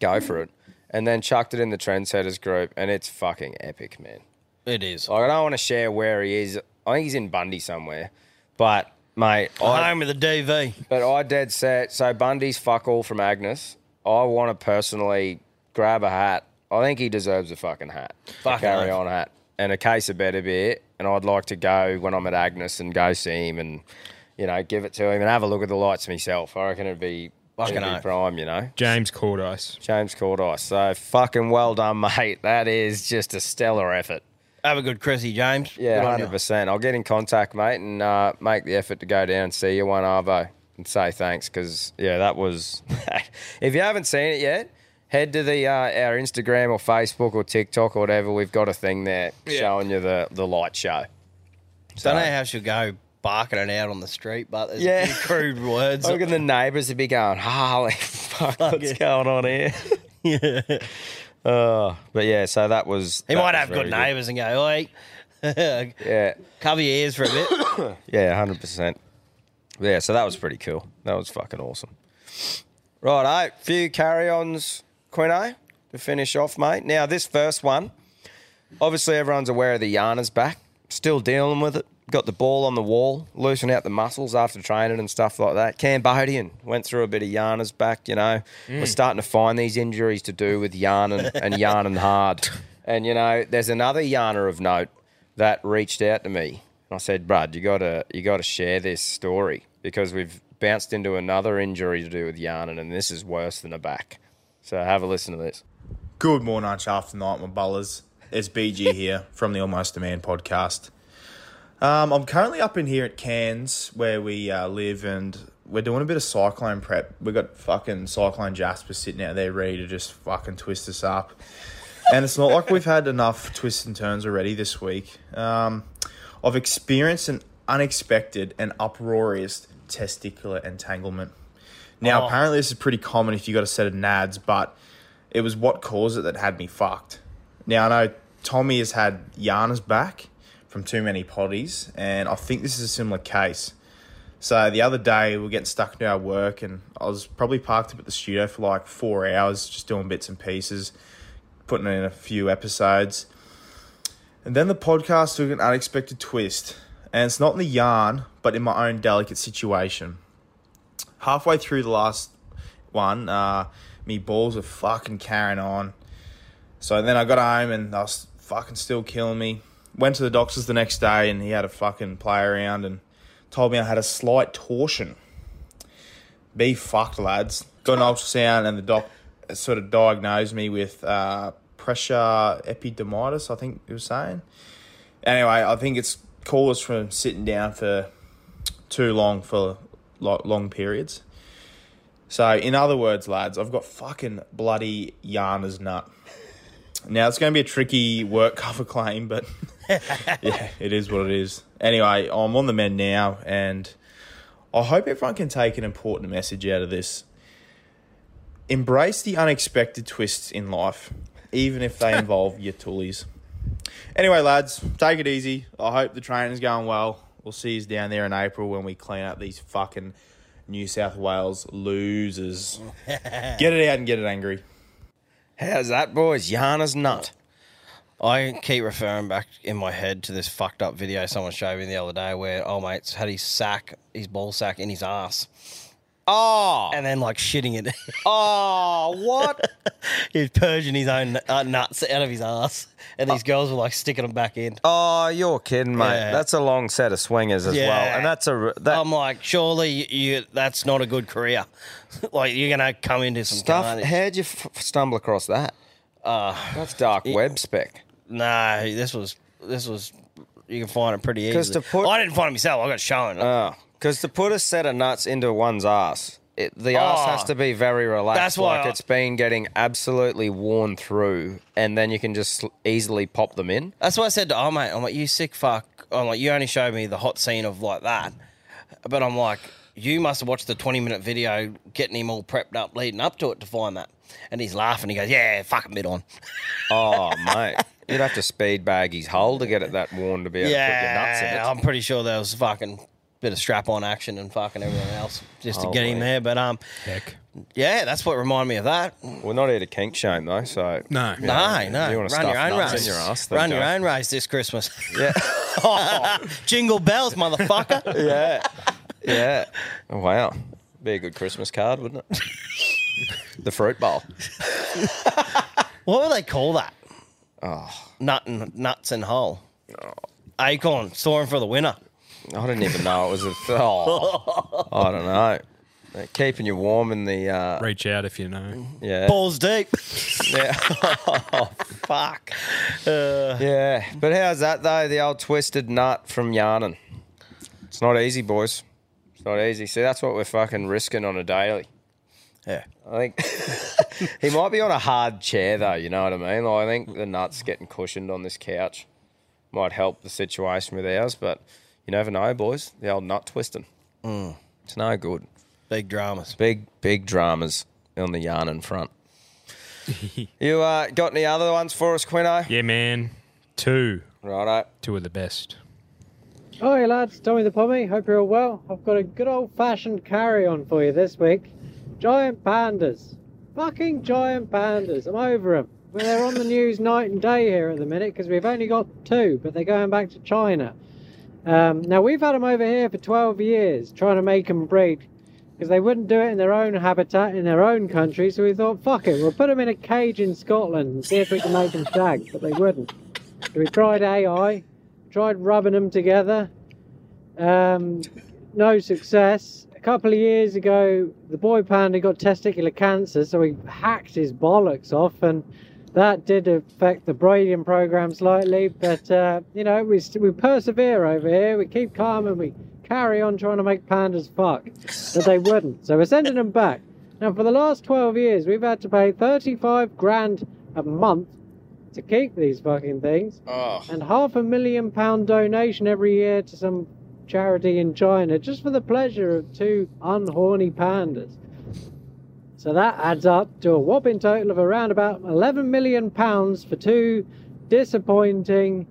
B: go for it." And then chucked it in the trendsetters group, and it's fucking epic, man.
E: It is.
B: Like, I don't want to share where he is. I think he's in Bundy somewhere, but mate, I,
E: Home with the DV.
B: but I dead set. So Bundy's fuck all from Agnes. I want to personally grab a hat. I think he deserves a fucking hat.
E: Fucking
B: a carry
E: oath.
B: on hat and a case of better beer. And I'd like to go when I'm at Agnes and go see him and you know give it to him and have a look at the lights myself. I reckon it'd be
C: Fucking
B: fucking
C: oath.
B: prime, you know.
C: James Cordice.
B: James Cordice. So fucking well done, mate. That is just a stellar effort.
E: Have a good Chrissy, James.
B: Yeah,
E: Good on you.
B: hundred percent. I'll get in contact, mate, and uh, make the effort to go down and see you one arvo and say thanks because yeah, that was. if you haven't seen it yet, head to the uh, our Instagram or Facebook or TikTok or whatever. We've got a thing there
E: Yeah.
B: showing you the the light show.
E: Don't know how she'll go barking it out on the street, but there's
B: Yeah.
E: a few crude words.
B: Look at the neighbours would be going, holy fuck, what's going on here?
E: yeah.
B: Uh, but yeah, so that was.
E: He
B: that
E: might
B: was
E: have
B: very
E: good neighbours and go, oi. yeah. Cover your ears for a bit.
B: Yeah, hundred percent. Yeah, so that was pretty cool. That was fucking awesome. Right, a few carry-ons, Quino, to finish off, mate. Now this first one, obviously everyone's aware of the Yarner's back, still dealing with it. Got the ball on the wall, loosen out the muscles after training and stuff like that. Cambodian went through a bit of Yarner's back, you know. We're
P: Mm.
B: starting to find these injuries to do with yarning and yarning hard. And you know, there's another yarner of note that reached out to me. And I said, Brad, you gotta you gotta share this story because we've bounced into another injury to do with yarning and this is worse than a back. So have a listen to this.
R: Good morning, after night, my bullers. It's BG here from the Almost a Man podcast. Um, I'm currently up in here at Cairns, where we uh, live, and we're doing a bit of cyclone prep. We got fucking cyclone Jasper sitting out there ready to just fucking twist us up. And it's not like we've had enough twists and turns already this week. Um, I've experienced an unexpected and uproarious testicular entanglement. Now,
S: Oh.
R: apparently, this is pretty common if you got a set of nads, but it was what caused it that had me fucked. Now I know Tommy has had Yana's back from too many potties, and I think this is a similar case. So the other day we are getting stuck into our work, and I was probably parked up at the studio for like four hours, just doing bits and pieces, putting in a few episodes, and then the podcast took an unexpected twist, and it's not in the yarn, but in my own delicate situation. Halfway through the last one, uh, me balls were fucking carrying on. So then I got home and they was fucking still killing me. Went to the doctors the next day and he had a fucking play around and told me I had a slight torsion. Be fucked, lads. Got an ultrasound and the doc sort of diagnosed me with uh, pressure epidermitis, I think he was saying. Anyway, I think it's caused from sitting down for too long for lo- long periods. So, in other words, lads, I've got fucking bloody Yana's nut. Now it's going to be a tricky work cover claim, but yeah, it is what it is. Anyway, I'm on the mend now, and I hope everyone can take an important message out of this. Embrace the unexpected twists in life, even if they involve your toolies. Anyway, lads, take it easy. I hope the training's going well. We'll see you down there in April when we clean up these fucking New South Wales losers. get it out and get it angry.
E: How's that, boys? Yana's nut. I keep referring back in my head to this fucked up video someone showed me the other day where old mate's had his sack, his ball sack in his ass. Oh, and then like shitting it. Oh, what? He's purging his own uh, nuts out of his ass, and these girls were like sticking them back in.
B: Uh. Oh, you're kidding, mate.
E: Yeah.
B: That's a long set of swingers as well,
E: Yeah.
B: and that's a that
E: I'm like, surely you, you that's not a good career. like you're gonna come into some
B: stuff.
E: carnage.
B: How'd you f- stumble across that?
E: Uh,
B: That's dark web spec.
E: No, this was this was. You can find it pretty
B: Because
E: easily.
B: to put,
E: I didn't find it myself. I got shown.
B: Because Ah, to put a set of nuts into one's ass, it, the ass
E: Oh.
B: has to be very relaxed.
E: That's why
B: like
E: I-
B: it's been getting absolutely worn through, and then you can just sl- easily pop them in.
E: That's what I said to oh mate. I'm like, you sick fuck. I'm like, you only showed me the hot scene of like that. But I'm like, you must have watched the 20 minute video getting him all prepped up leading up to it to find that. And he's laughing. He goes, yeah, fuck mid on.
B: Oh, mate. You'd have to speed bag his hole to get it that worn to be able to put your nuts in it.
E: Yeah, I'm pretty sure there was fucking bit of strap on action and fucking everything else just to
B: Oh,
E: get him
B: boy.
E: there. But um,
B: Heck.
E: yeah, that's what reminded me of that.
B: We're not here to kink shame though, so
E: No, no,
B: You know,
E: no.
B: You
E: Run
B: want to
E: your own race.
B: in your ass? then
E: Run your
B: go.
E: own race this Christmas.
B: Yeah.
E: Jingle bells, motherfucker.
B: yeah. Yeah. Oh, wow. Be a good Christmas card, wouldn't it? the fruit bowl.
E: What would they call that?
B: Ah.
E: Oh. Nut and nuts and hole. Acorn soaring for the winner.
B: I didn't even know it was a. Oh, I don't know. Uh, Keeping you warm in the uh,
C: reach out if you know.
B: Yeah.
E: Balls deep.
B: Yeah. oh,
E: fuck. Uh,
B: yeah. But how's that though? The old twisted nut from yarning. It's not easy, boys. It's not easy. See, that's what we're fucking risking on a daily.
E: Yeah.
B: I think he might be on a hard chair though, you know what I mean? Like, I think the nuts getting cushioned on this couch might help the situation with ours, but you never know, boys. The old nut twisting.
E: Mm.
B: It's no good.
E: Big dramas.
B: Big, big dramas on the yarn in front. you uh, got any other ones for us, Quino?
C: Yeah, man. Two.
B: Righto.
C: Two of the best.
T: Oh, hey lads, Tommy the Pommy. Hope you're all well. I've got a good old fashioned carry on for you this week. Giant pandas. Fucking giant pandas. I'm over them. Well, they're on the news night and day here at the minute because we've only got two, but they're going back to China. Um, now, we've had them over here for 12 years trying to make them breed because they wouldn't do it in their own habitat in their own country. So we thought, fuck it, we'll put them in a cage in Scotland and see if we can make them shag, but they wouldn't. So we tried AI, tried rubbing them together, um, no success. A couple of years ago, the boy panda got testicular cancer, so he hacked his bollocks off, and that did affect the breeding program slightly. But uh, you know, we st- we persevere over here. We keep calm and we carry on trying to make pandas fuck, but they wouldn't. So we're sending them back. Now, for the last 12 years, we've had to pay 35 grand a month to keep these fucking things, and half a million pound donation every year to some charity in China just for the pleasure of two unhorny pandas. So that adds up to a whopping total of around about 11 million pounds for two disappointing,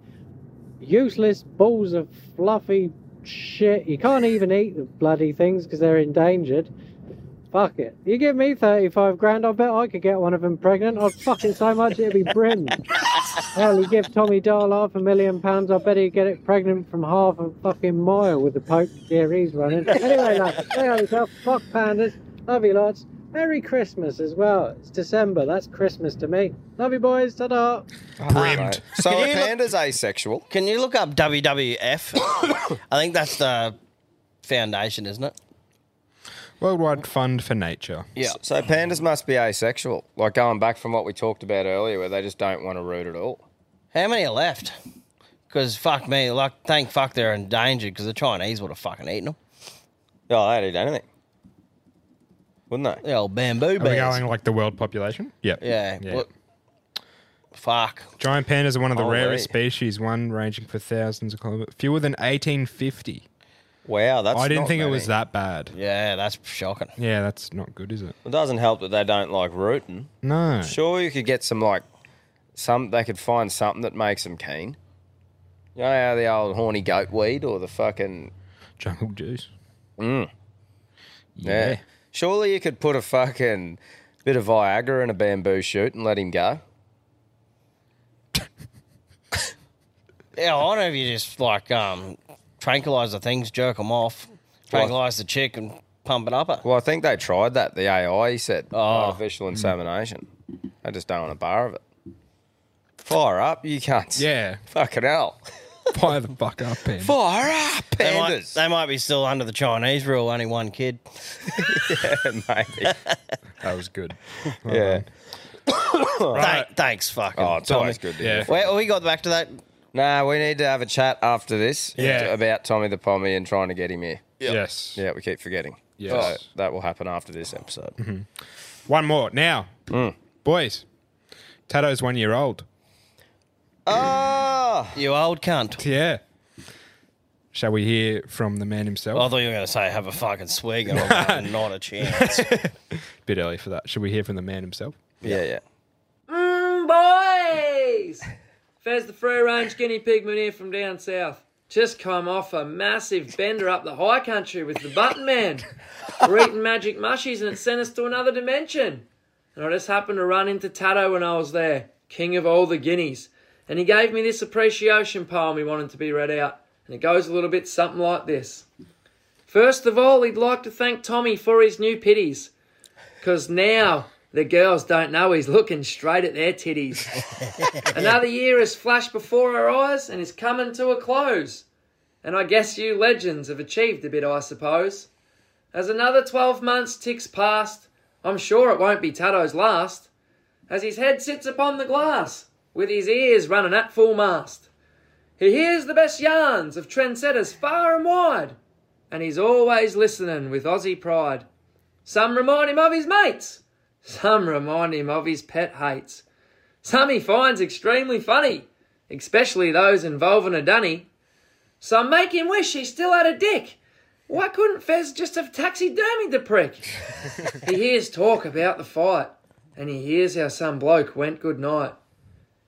T: useless balls of fluffy shit. You can't even eat the bloody things because they're endangered. Fuck it. You give me 35 grand, I bet I could get one of them pregnant. I'd fuck it so much it'd be brim. Hell, you give Tommy Dahl half a million pounds, I bet he'd get it pregnant from half a fucking mile with the Pope gear he's running. Anyway, lads, stay on yourself. Fuck pandas. Love you lots. Merry Christmas as well. It's December. That's Christmas to me. Love you, boys. Ta da.
B: Brimmed. So
E: Can
B: are
E: you look-
B: pandas asexual?
E: Can you look up WWF? I think that's the foundation, isn't it?
B: Worldwide Fund for Nature. Yeah. So pandas must be asexual. Like going back from what we talked about earlier, where they just don't want to root at all.
E: How many are left? Because fuck me, like thank fuck they're endangered because the Chinese would have fucking eaten them.
B: Oh, they'd eat anything, wouldn't
E: they? The old bamboo
C: Are we
E: bears.
C: going like the world population? Yep.
E: Yeah. well, fuck.
C: Giant pandas are one of
B: Oh,
C: the
E: Holy.
C: rarest species, one ranging for thousands of kilometers, fewer than 1850.
B: Wow, that's
C: I didn't
B: not
C: think it
B: many.
C: was that bad.
E: Yeah, that's shocking.
C: Yeah, that's not good, is it?
B: It doesn't help that they don't like rooting.
C: No.
B: Sure, you could get some like some. They could find something that makes them keen. You know, how the old horny goat weed or the fucking
C: jungle juice.
B: Mm. Yeah.
C: Yeah.
B: Surely you could put a fucking bit of Viagra in a bamboo shoot and let him go.
E: Yeah, I don't know if you just like um tranquilize the things, jerk them off, tranquilize the chick, and pump it up her.
B: Well, I think they tried that. The AI said artificial insemination. I just don't want a bar of it. Fire up, you can't.
C: Yeah.
B: Fucking hell.
C: Fire the fuck up, man.
B: Fire up,
E: They might, they might be still under the Chinese rule, only one kid.
B: yeah, maybe.
C: That was good.
B: yeah.
E: Thank, thanks, fucking.
B: Oh, it's
E: Tommy.
B: always good to hear.
E: Well, we got back to that.
B: Nah, Uh, we need to have a chat after this
E: Yeah.
B: about Tommy the Pommy and trying to get him here.
C: Yes.
B: Yeah, we keep forgetting.
C: Yes.
B: So that will happen after this episode.
C: Mhm. One more. Now,
B: Mm.
C: boys, Tato's one year old.
B: Ah!
E: You old cunt.
C: Yeah. Shall we hear from the man himself?
E: I thought you were going to say have a fucking swig, and I'm like, not a chance.
C: Bit early for that. Should we hear from the man himself?
B: Yeah, yeah.
S: Mmm, boys! Fez the free range guinea pig man here from down south. Just come off a massive bender up the high country with the button man. We're eating magic mushies and it sent us to another dimension. And I just happened to run into Tato when I was there, king of all the guineas. And he gave me this appreciation poem he wanted to be read out. And it goes a little bit something like this. First of all, he'd like to thank Tommy for his new pitties. Because now the girls don't know he's looking straight at their titties. Another year has flashed before our eyes and is coming to a close. And I guess you legends have achieved a bit, I suppose. As another 12 months ticks past, I'm sure it won't be Tato's last, as his head sits upon the glass, with his ears running at full mast. He hears the best yarns of trendsetters far and wide, and he's always listening with Aussie pride. Some remind him of his mates. Some remind him of his pet hates. Some he finds extremely funny, especially those involving a dunny. Some make him wish he still had a dick. Why couldn't Fez just have taxidermied the prick? he hears talk about the fight, and he hears how some bloke went good night.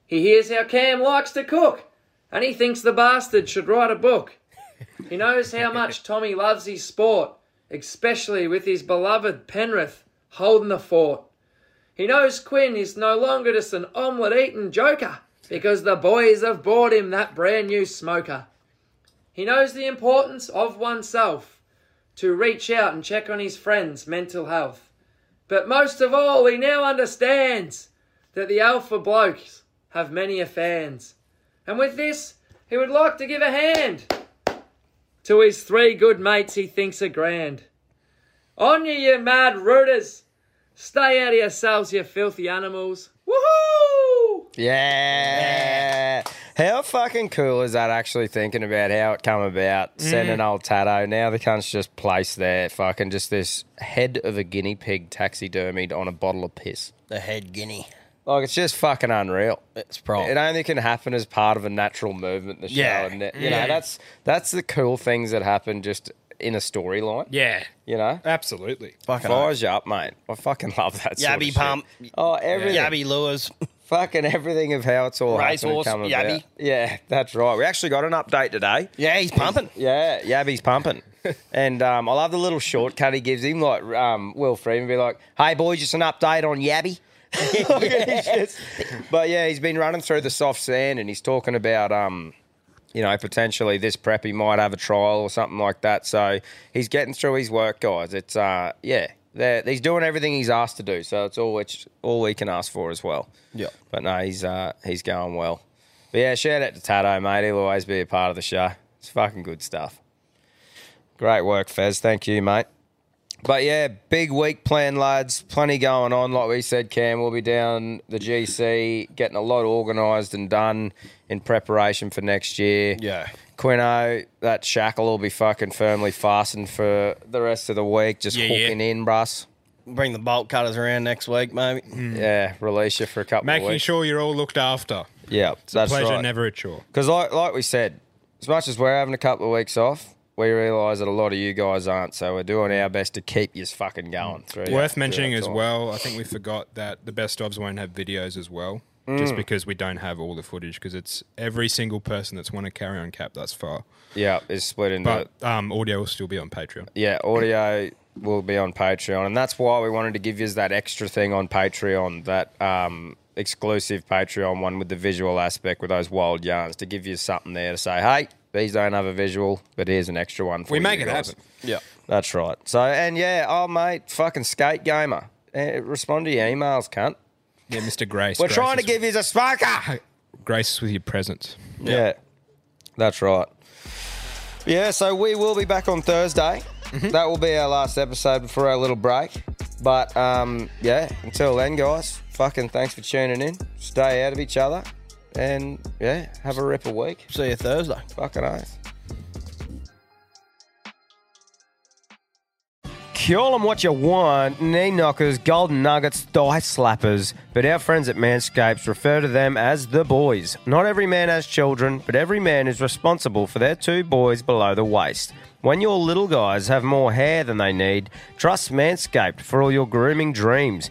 S: He hears how Cam likes to cook, and he thinks the bastard should write a book. He knows how much Tommy loves his sport, especially with his beloved Penrith holding the fort. He knows Quinn is no longer just an omelette eating joker because the boys have bought him that brand new smoker. He knows the importance of oneself to reach out and check on his friends' mental health. But most of all, he now understands that the alpha blokes have many a fans. And with this, he would like to give a hand to his three good mates he thinks are grand. On you, you mad rooters! Stay out of yourselves, you filthy animals. Woohoo!
B: Yeah. How fucking cool is that actually thinking about how it come about? Sending
E: Mm.
B: old Tato. Now the cunt's just placed there, fucking just this head of a guinea pig taxidermied on a bottle of piss.
A: The head guinea.
B: Like it's just fucking unreal.
A: It's prime.
B: It only can happen as part of a natural movement. in The show,
A: Yeah.
B: and it- you
C: Yeah. Mm.
B: know that's that's the cool things that happen just in a storyline.
C: Yeah.
B: you know,
C: absolutely.
B: Fucking fires you up, mate. I fucking love that. sort of
C: Yabby
B: shit.
C: pump.
B: Oh, everything.
C: Yabby
A: lures.
B: Fucking everything of how it's all happened and
A: Racehorse,
B: come about.
A: yabby.
B: Yeah, that's right. We actually got an update today.
A: Yeah, he's pumping.
B: Yeah, Yabby's pumping. and um, I love the little shortcut he gives him, like um, Will Freeman be like, "Hey boys, just an update on Yabby." Like, he's just- but yeah, he's been running through the soft sand and he's talking about um, you know, potentially this preppy might have a trial or something like that. So he's getting through his work, guys. It's uh, yeah, they're- he's doing everything he's asked to do. So it's all which all we can ask for as well.
A: Yeah.
B: But no, he's uh, he's going well. But yeah, shout out to Tato, mate. He'll always be a part of the show. It's fucking good stuff. Great work, Fez. Thank you, mate. But yeah, big week plan, lads. Plenty going on. Like we said, Cam, we'll be down the GC, getting a lot organised and done in preparation for next year.
A: Yeah.
B: Quino, that shackle will be fucking firmly fastened for the rest of the week, just
A: Yeah, yeah.
B: hooking in, bruss.
A: Bring the bolt cutters around next week, maybe.
B: Yeah, release you for a couple of
C: Making
B: weeks.
C: sure you're all looked after.
B: Yeah,
C: It's
B: that's
C: a pleasure,
B: right.
C: never a chore.
B: Because like like we said, as much as we're having a couple of weeks off, we realise that a lot of you guys aren't. So we're doing our best to keep you fucking going. Through
C: Worth
B: through
C: mentioning
B: our
C: as
B: time.
C: well, I think we forgot that the best ofs won't have videos as well, just
B: Mm.
C: because we don't have all the footage, because it's every single person that's won a carry on cap thus far.
B: Yeah, it's split into
C: But um, audio will still be on Patreon.
B: Yeah, audio will be on Patreon, and that's why we wanted to give you that extra thing on Patreon, that um, exclusive Patreon one with the visual aspect with those wild yarns, to give you something there to say, hey, these don't have a visual, but here's an extra one for
C: We
B: you
C: make it
B: guys."
C: happen.
A: Yeah.
B: That's right. So, and yeah, oh, mate, fucking skate gamer. Eh, respond to your emails, cunt.
C: Yeah, Mr. Grace.
B: We're
C: Grace
B: trying to
C: is-
B: give you a sparker.
C: Grace us with your presence.
B: Yeah. that's right. Yeah, so we will be back on Thursday. That will be our last episode before our little break. But um, yeah, until then, guys, fucking thanks for tuning in. Stay out of each other. And yeah, have a ripper week.
A: See you Thursday.
B: Fucking oath. Call them what you want, knee knockers, golden nuggets, thigh slappers. But our friends at Manscapes refer to them as the boys. Not every man has children, but every man is responsible for their two boys below the waist. When your little guys have more hair than they need, trust Manscaped for all your grooming dreams.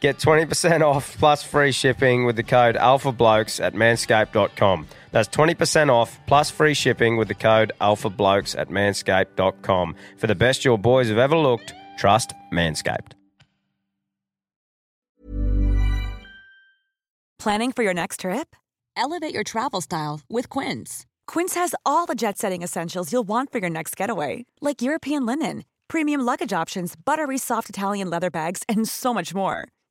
B: Get 20% off plus free shipping with the code ALPHABLOKES at manscaped.com. That's 20% off plus free shipping with the code ALPHABLOKES at manscaped.com. For the best your boys have ever looked, trust Manscaped.
U: Planning for your next trip? Elevate your travel style with Quince. Quince has all the jet setting essentials you'll want for your next getaway, like European linen, premium luggage options, buttery soft Italian leather bags, and so much more.